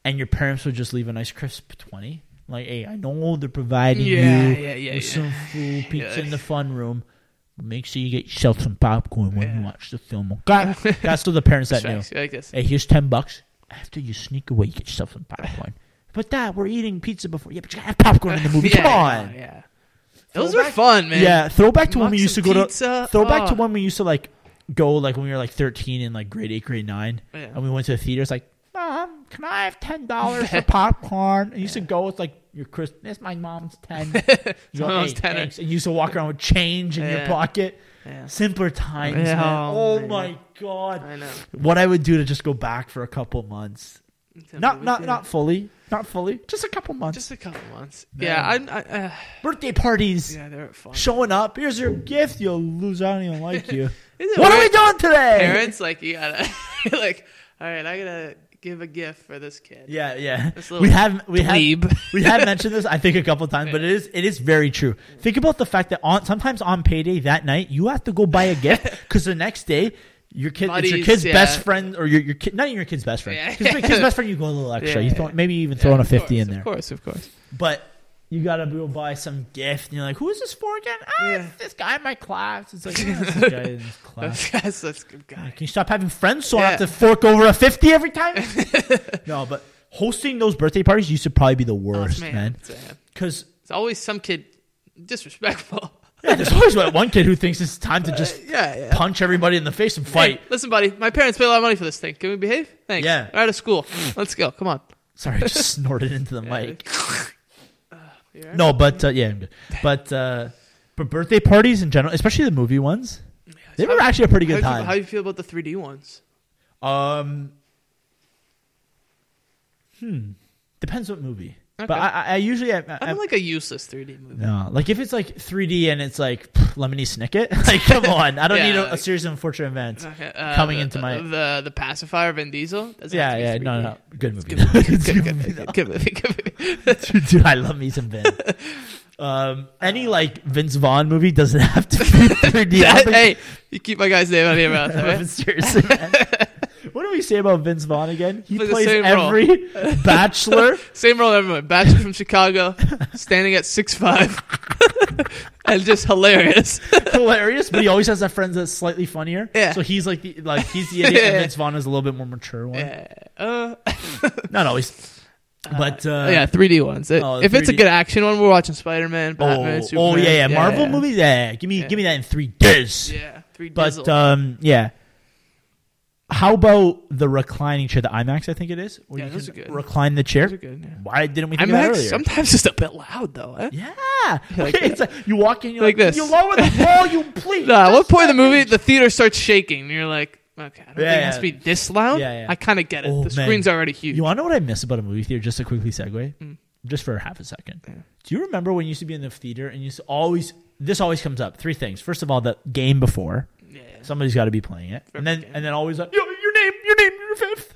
Speaker 1: and your parents would just leave a nice crisp twenty? Like, hey, I know they're providing
Speaker 2: Yeah,
Speaker 1: you
Speaker 2: yeah, yeah,
Speaker 1: with
Speaker 2: yeah.
Speaker 1: some food, pizza
Speaker 2: Yeah.
Speaker 1: in the fun room. Make sure you get yourself some popcorn when
Speaker 2: Yeah.
Speaker 1: you watch the film. Okay, that's what the parents that knew.
Speaker 2: Snacks, yeah, I guess.
Speaker 1: Hey, here's ten bucks. After you sneak away, you get yourself some popcorn. But Dad, we're eating pizza before. Yeah, but you gotta have popcorn in the movie.
Speaker 2: yeah,
Speaker 1: Come on.
Speaker 2: Yeah, yeah. those were
Speaker 1: Throwback-
Speaker 2: fun, man.
Speaker 1: Yeah, throwback to when
Speaker 2: Muck
Speaker 1: we used to
Speaker 2: some
Speaker 1: go
Speaker 2: pizza.
Speaker 1: to throwback to
Speaker 2: Oh.
Speaker 1: when we used to like go like when we were like thirteen and like grade eight, grade nine,
Speaker 2: Yeah.
Speaker 1: and we went to the theater. It's like, mom, can I have ten dollars for popcorn? And you used to go with like your Chris. That's my mom's ten. You go,
Speaker 2: Mom's
Speaker 1: "Hey,
Speaker 2: tenner."
Speaker 1: thanks." And you used to walk around with change in
Speaker 2: Yeah.
Speaker 1: your pocket.
Speaker 2: Yeah.
Speaker 1: Simpler times,
Speaker 2: Yeah,
Speaker 1: man.
Speaker 2: oh
Speaker 1: Oh
Speaker 2: my
Speaker 1: my god,
Speaker 2: I know.
Speaker 1: what I would do to just go back for a couple months.
Speaker 2: It's a
Speaker 1: Not
Speaker 2: movie
Speaker 1: not
Speaker 2: theater.
Speaker 1: not fully, not fully, just a couple months.
Speaker 2: Just a couple months.
Speaker 1: Man.
Speaker 2: Yeah, I, I uh,
Speaker 1: Birthday parties,
Speaker 2: yeah, they were fun.
Speaker 1: showing up. Here's your gift, you loser. I don't even like you.
Speaker 2: Isn't it
Speaker 1: What are
Speaker 2: weird?
Speaker 1: we doing today?
Speaker 2: parents like you gotta you're like all right i gotta give a gift for this kid
Speaker 1: Yeah, yeah.
Speaker 2: This little
Speaker 1: We have we
Speaker 2: dweeb.
Speaker 1: have we have mentioned this I think a couple times, but it is it is very true. Think about the fact that on sometimes on payday that night you have to go buy a gift because the next day your kid it's your
Speaker 2: Buddies,
Speaker 1: kid's
Speaker 2: yeah.
Speaker 1: best friend or your your kid not even your kid's best
Speaker 2: Yeah.
Speaker 1: friend because your kid's best friend you go a little extra
Speaker 2: Yeah,
Speaker 1: you throw,
Speaker 2: yeah.
Speaker 1: maybe even throw in a
Speaker 2: Of course,
Speaker 1: fifty in there
Speaker 2: of course of course
Speaker 1: but you gotta go buy some gift and you're like who is this for again ah
Speaker 2: Yeah.
Speaker 1: it's this guy in my class it's like "Oh, it's this guy in his class
Speaker 2: that's, that's, that's good
Speaker 1: God,
Speaker 2: guy
Speaker 1: Can you stop having friends so I have to
Speaker 2: Yeah.
Speaker 1: fork over a 50 every time? no, but hosting those birthday parties used to probably be the worst,
Speaker 2: man,
Speaker 1: man.
Speaker 2: It's, uh,
Speaker 1: Because
Speaker 2: it's always some kid disrespectful
Speaker 1: yeah, there's always that one kid who thinks it's time to just
Speaker 2: yeah yeah
Speaker 1: punch everybody in the face and fight.
Speaker 2: Hey, listen, buddy. My parents paid a lot of money for this thing. Can we behave? Thanks.
Speaker 1: Yeah.
Speaker 2: We're out of school. Let's go. Come on.
Speaker 1: Sorry, I just snorted into the mic.
Speaker 2: You all right?
Speaker 1: No, but uh, yeah, I'm good. But, uh, but birthday parties in general, especially the movie ones, they were actually a pretty
Speaker 2: How
Speaker 1: good
Speaker 2: do you, how
Speaker 1: time.
Speaker 2: you feel about the 3D ones?
Speaker 1: Um, hmm. Depends what movie. But
Speaker 2: Okay.
Speaker 1: I, I, I usually I,
Speaker 2: I
Speaker 1: I-
Speaker 2: don't like a useless 3D movie.
Speaker 1: No, like if it's like 3D and it's like pff, Lemony Snicket, like come on, I don't
Speaker 2: Yeah,
Speaker 1: need a, a
Speaker 2: like-
Speaker 1: series of unfortunate events.
Speaker 2: Okay, uh,
Speaker 1: Coming
Speaker 2: the-
Speaker 1: into my-
Speaker 2: the, the the pacifier Vin Diesel. Doesn't
Speaker 1: Yeah,
Speaker 2: have to be
Speaker 1: yeah, no,
Speaker 2: 3D.
Speaker 1: no, good movie.
Speaker 2: Good movie.
Speaker 1: It's a
Speaker 2: Good,
Speaker 1: good movie,
Speaker 2: good,
Speaker 1: though.
Speaker 2: good, good movie. Good movie.
Speaker 1: Dude, I love me some Vin. Um, any like Vince Vaughn movie doesn't have to be 3D. I
Speaker 2: That-
Speaker 1: don't think-
Speaker 2: hey, you keep my guy's name out of your mouth. all right?
Speaker 1: Seriously, man. What do we say about Vince Vaughn again? He
Speaker 2: For the
Speaker 1: plays
Speaker 2: same role.
Speaker 1: every bachelor.
Speaker 2: Same role, everyone. Bachelor from Chicago, standing at six five, and just hilarious.
Speaker 1: hilarious, but he always has that friend that's slightly funnier.
Speaker 2: Yeah.
Speaker 1: So he's like the like he's the idiot, and
Speaker 2: Yeah.
Speaker 1: Vince Vaughn is a little bit more mature one.
Speaker 2: Yeah, uh,
Speaker 1: Not always, but uh,
Speaker 2: yeah, 3D ones. It-
Speaker 1: oh, the
Speaker 2: if it's a
Speaker 1: 3D.
Speaker 2: good action one, we're watching Spider Man, Batman,
Speaker 1: oh,
Speaker 2: Superman.
Speaker 1: oh, yeah, yeah, Marvel movies. Yeah, yeah. give me
Speaker 2: Yeah.
Speaker 1: give me that in three days.
Speaker 2: Yeah, 3D.
Speaker 1: but um, yeah. How about the reclining chair, the IMAX? I think it is. Where
Speaker 2: Yeah,
Speaker 1: you
Speaker 2: those
Speaker 1: can
Speaker 2: are good.
Speaker 1: recline the chair.
Speaker 2: Those are good, yeah.
Speaker 1: Why didn't we think of that
Speaker 2: IMAX
Speaker 1: earlier?
Speaker 2: sometimes just a bit loud though. Eh?
Speaker 1: yeah,
Speaker 2: Like
Speaker 1: Okay, it's like you walk in, you're like,
Speaker 2: Like
Speaker 1: this.
Speaker 2: this.
Speaker 1: You lower the wall, you please.
Speaker 2: Nah, at
Speaker 1: Just
Speaker 2: what point in the
Speaker 1: let me
Speaker 2: movie the theater starts shaking? and You're like, Okay, I don't think
Speaker 1: Yeah,
Speaker 2: it has
Speaker 1: yeah.
Speaker 2: to be this loud.
Speaker 1: Yeah, yeah.
Speaker 2: I kind of get it.
Speaker 1: Oh,
Speaker 2: the
Speaker 1: man.
Speaker 2: screen's already huge.
Speaker 1: You want to know what I miss about a movie theater? Just to quickly segue,
Speaker 2: Mm.
Speaker 1: just for half a second.
Speaker 2: Yeah.
Speaker 1: Do you remember when you used to be in the theater and you used to always? This always comes up. Three things. First of all, the game before
Speaker 2: yeah.
Speaker 1: somebody's got to be playing it, and then
Speaker 2: Fair game.
Speaker 1: and then always uh, like Yo, your name, your name, your fifth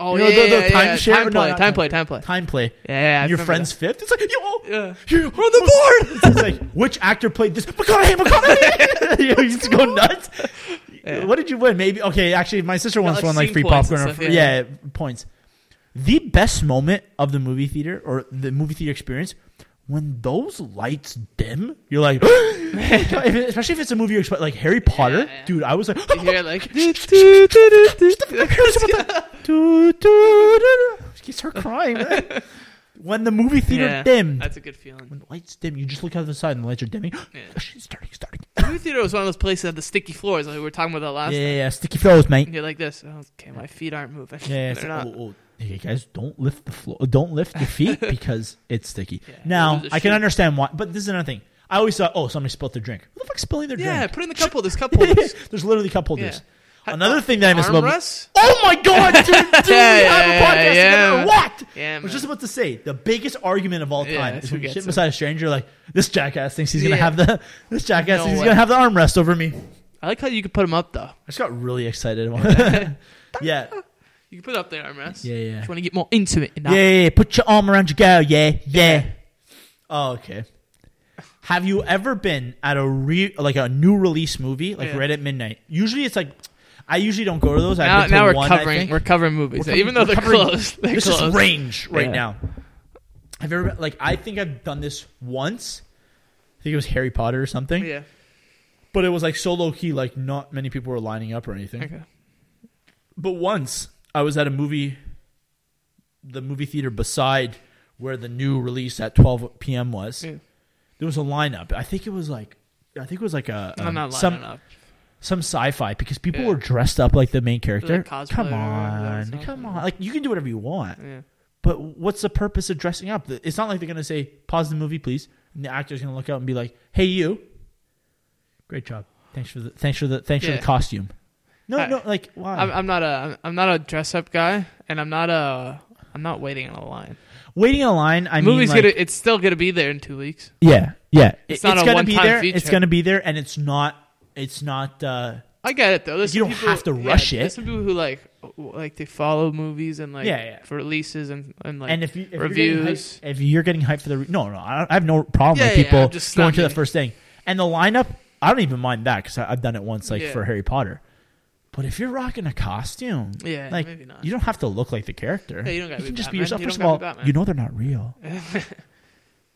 Speaker 2: Oh
Speaker 1: You know,
Speaker 2: yeah,
Speaker 1: the- the
Speaker 2: yeah, yeah.
Speaker 1: timeshare-
Speaker 2: Time
Speaker 1: no,
Speaker 2: play,
Speaker 1: not
Speaker 2: time play, time play.
Speaker 1: time play.
Speaker 2: Yeah, yeah, I
Speaker 1: and your
Speaker 2: remember
Speaker 1: friend's fifth. It's like
Speaker 2: that.
Speaker 1: yo,
Speaker 2: Yeah.
Speaker 1: you're on the board. it's like which actor played this? McConaughey, McConaughey. you just go nuts.
Speaker 2: Yeah.
Speaker 1: What did you win? Maybe okay. Actually, my sister once
Speaker 2: like
Speaker 1: won like
Speaker 2: scene
Speaker 1: free
Speaker 2: points and
Speaker 1: popcorn. Or
Speaker 2: stuff,
Speaker 1: free,
Speaker 2: yeah.
Speaker 1: yeah. points. The best moment of the movie theater or the movie theater experience when those lights dim. You're like, If it- especially if it's a movie you expect, like Harry Potter,
Speaker 2: yeah.
Speaker 1: dude. I was like,
Speaker 2: You hear like do, do, do, do, do, do.
Speaker 1: Doo, doo, doo, doo. She starts crying. man. when the movie theater
Speaker 2: Yeah,
Speaker 1: dimmed,
Speaker 2: That's a good feeling.
Speaker 1: when the lights dim, you just look out the side and the lights are dimming. She's starting, starting.
Speaker 2: Movie theater was one of those places that had the sticky floors, like we were talking about that last.
Speaker 1: yeah,
Speaker 2: time.
Speaker 1: yeah, yeah, sticky floors, mate.
Speaker 2: And you're like this. Oh, okay, my feet aren't moving.
Speaker 1: Yeah,
Speaker 2: they're
Speaker 1: so-
Speaker 2: not.
Speaker 1: oh, oh, Hey guys, don't lift the floor. Don't lift your feet because it's sticky.
Speaker 2: Yeah,
Speaker 1: now
Speaker 2: those are
Speaker 1: I can
Speaker 2: shoes.
Speaker 1: understand why, but this is another thing. I always thought, oh, somebody spilled their drink. What the fuck's spilling their
Speaker 2: Yeah,
Speaker 1: drink?
Speaker 2: put in the cup holders. Cup holders.
Speaker 1: There's literally cup holders.
Speaker 2: Yeah.
Speaker 1: Another thing that I miss about
Speaker 2: Armrests.
Speaker 1: Oh my god, dude! dude
Speaker 2: Yeah,
Speaker 1: we have a
Speaker 2: yeah,
Speaker 1: podcast
Speaker 2: yeah.
Speaker 1: together. What?
Speaker 2: Yeah,
Speaker 1: I was
Speaker 2: man.
Speaker 1: just about to say the biggest argument of all time
Speaker 2: Yeah,
Speaker 1: is
Speaker 2: that's
Speaker 1: when
Speaker 2: what
Speaker 1: you sit
Speaker 2: gets
Speaker 1: beside a stranger, like this jackass thinks he's gonna
Speaker 2: Yeah.
Speaker 1: have the this jackass
Speaker 2: No
Speaker 1: thinks he's
Speaker 2: way.
Speaker 1: gonna have the armrest over me. I
Speaker 2: I like how you could put them up though.
Speaker 1: just got really excited. yeah. yeah,
Speaker 2: You can put up there armrests.
Speaker 1: Yeah, yeah.
Speaker 2: Just want to get more intimate. And
Speaker 1: yeah, yeah, yeah. Put your arm around your girl. Yeah, yeah. Oh, okay. Have you ever been at a re like a new release movie, like
Speaker 2: Yeah.
Speaker 1: right at midnight? Usually, it's like I usually don't go to those. I've
Speaker 2: Now,
Speaker 1: been to
Speaker 2: now we're
Speaker 1: one, I
Speaker 2: covering
Speaker 1: think.
Speaker 2: we're covering movies,
Speaker 1: We're
Speaker 2: even though they're
Speaker 1: covering-
Speaker 2: closed. They're
Speaker 1: this
Speaker 2: closed.
Speaker 1: is range right
Speaker 2: Yeah.
Speaker 1: now. Have you ever been, like I think I've done this once. I think it was Harry Potter or something.
Speaker 2: Yeah.
Speaker 1: But it was like so low key, like not many people were lining up or anything.
Speaker 2: Okay.
Speaker 1: But once I was at a movie, the movie theater beside where the new release at 12 p.m. was.
Speaker 2: Yeah.
Speaker 1: There was a lineup. I think it was like. I think it was like a
Speaker 2: I'm
Speaker 1: um,
Speaker 2: not lying
Speaker 1: some
Speaker 2: enough.
Speaker 1: some sci-fi because people
Speaker 2: Yeah.
Speaker 1: were dressed up like the main character.
Speaker 2: cosplay
Speaker 1: come
Speaker 2: or whatever
Speaker 1: on,
Speaker 2: it's
Speaker 1: come
Speaker 2: not.
Speaker 1: on! Like you can do whatever you want.
Speaker 2: Yeah.
Speaker 1: But what's the purpose of dressing up? It's not like they're gonna say, "Pause the movie, please," and the actor's gonna look out and be like, "Hey, you, great job. Thanks for the thanks for the thanks for
Speaker 2: Yeah.
Speaker 1: the costume." No,
Speaker 2: I-
Speaker 1: no, like why?
Speaker 2: I'm, I'm not a I'm not a dress up guy, and I'm not a I'm not waiting in a line.
Speaker 1: Waiting in line. I
Speaker 2: Movie's
Speaker 1: mean, like,
Speaker 2: gonna it's still gonna be there in two weeks.
Speaker 1: yeah, yeah. It's,
Speaker 2: It's not a
Speaker 1: gonna be
Speaker 2: one-time
Speaker 1: there.
Speaker 2: feature.
Speaker 1: It's gonna be there, and it's not. It's not. uh
Speaker 2: I get it though. There's
Speaker 1: You
Speaker 2: some
Speaker 1: don't
Speaker 2: people-
Speaker 1: have to rush
Speaker 2: yeah,
Speaker 1: it.
Speaker 2: There's some people who like like they follow movies and like
Speaker 1: Yeah, yeah.
Speaker 2: for releases and and like
Speaker 1: and if you if you're getting
Speaker 2: reviews.
Speaker 1: hyped, if you're getting hyped for the re- no no I, don't- I have no problem
Speaker 2: Yeah,
Speaker 1: with
Speaker 2: yeah,
Speaker 1: people
Speaker 2: I'm just
Speaker 1: going
Speaker 2: not
Speaker 1: to the
Speaker 2: being-
Speaker 1: first thing and the lineup I don't even mind that because I've done it once like
Speaker 2: Yeah.
Speaker 1: for Harry Potter, but if you're rocking a costume
Speaker 2: Yeah,
Speaker 1: like
Speaker 2: maybe not.
Speaker 1: you don't have to look like the character
Speaker 2: Yeah, you don't gotta
Speaker 1: can
Speaker 2: be
Speaker 1: just be yourself
Speaker 2: Batman. You
Speaker 1: first of
Speaker 2: don't
Speaker 1: all
Speaker 2: gotta be
Speaker 1: you know they're not real
Speaker 2: You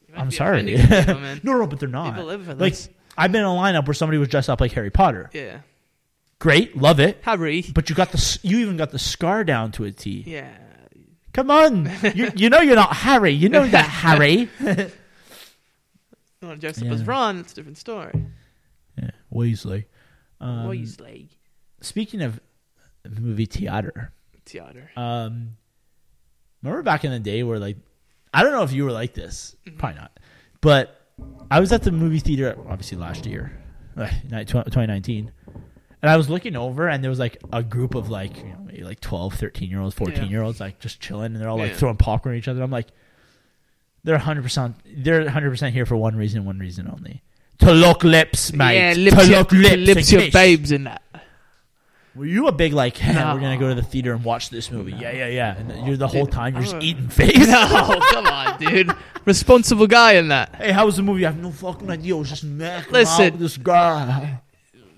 Speaker 2: might
Speaker 1: I'm
Speaker 2: be
Speaker 1: sorry.
Speaker 2: offending some people, man.
Speaker 1: no no but they're not
Speaker 2: People live for
Speaker 1: like
Speaker 2: this.
Speaker 1: I've been in a lineup where somebody was dressed up like Harry Potter
Speaker 2: Yeah.
Speaker 1: great love it
Speaker 2: Harry.
Speaker 1: but you got the s- you even got the scar down to a T
Speaker 2: Yeah.
Speaker 1: come on you, you know you're not Harry you know that Harry
Speaker 2: You want to dress up as
Speaker 1: Yeah.
Speaker 2: Ron? It's a different story.
Speaker 1: yeah, Weasley. Um,
Speaker 2: Um, Weasley.
Speaker 1: speaking of movie theater,
Speaker 2: Theater.
Speaker 1: um, remember back in the day where like, I don't know if you were like this,
Speaker 2: Mm-hmm.
Speaker 1: probably not, but I was at the movie theater obviously last year, uh, ni- tw- 2019. And I was looking over, and there was like a group of like, you know, maybe like 12, 13 year olds, 14 year olds, like just chilling, and they're all like
Speaker 2: Yeah.
Speaker 1: throwing popcorn at each other. I'm like, they're 100%, they're 100% here for one reason, one reason only. To lock lips, mate.
Speaker 2: Yeah,
Speaker 1: to
Speaker 2: lips, your,
Speaker 1: lock lips.
Speaker 2: lips
Speaker 1: and
Speaker 2: your
Speaker 1: kiss.
Speaker 2: babes in that.
Speaker 1: Were you a big like? "Hey,
Speaker 2: No.
Speaker 1: We're gonna go to the theater and watch this movie. Yeah, yeah, yeah. And then you're the whole time you're just
Speaker 2: I'm a-
Speaker 1: eating face.
Speaker 2: No, Oh, come on, dude. Responsible guy in that.
Speaker 1: hey, how was the movie? I have no fucking idea. It was just meh.
Speaker 2: Listen.
Speaker 1: Listen, this guy.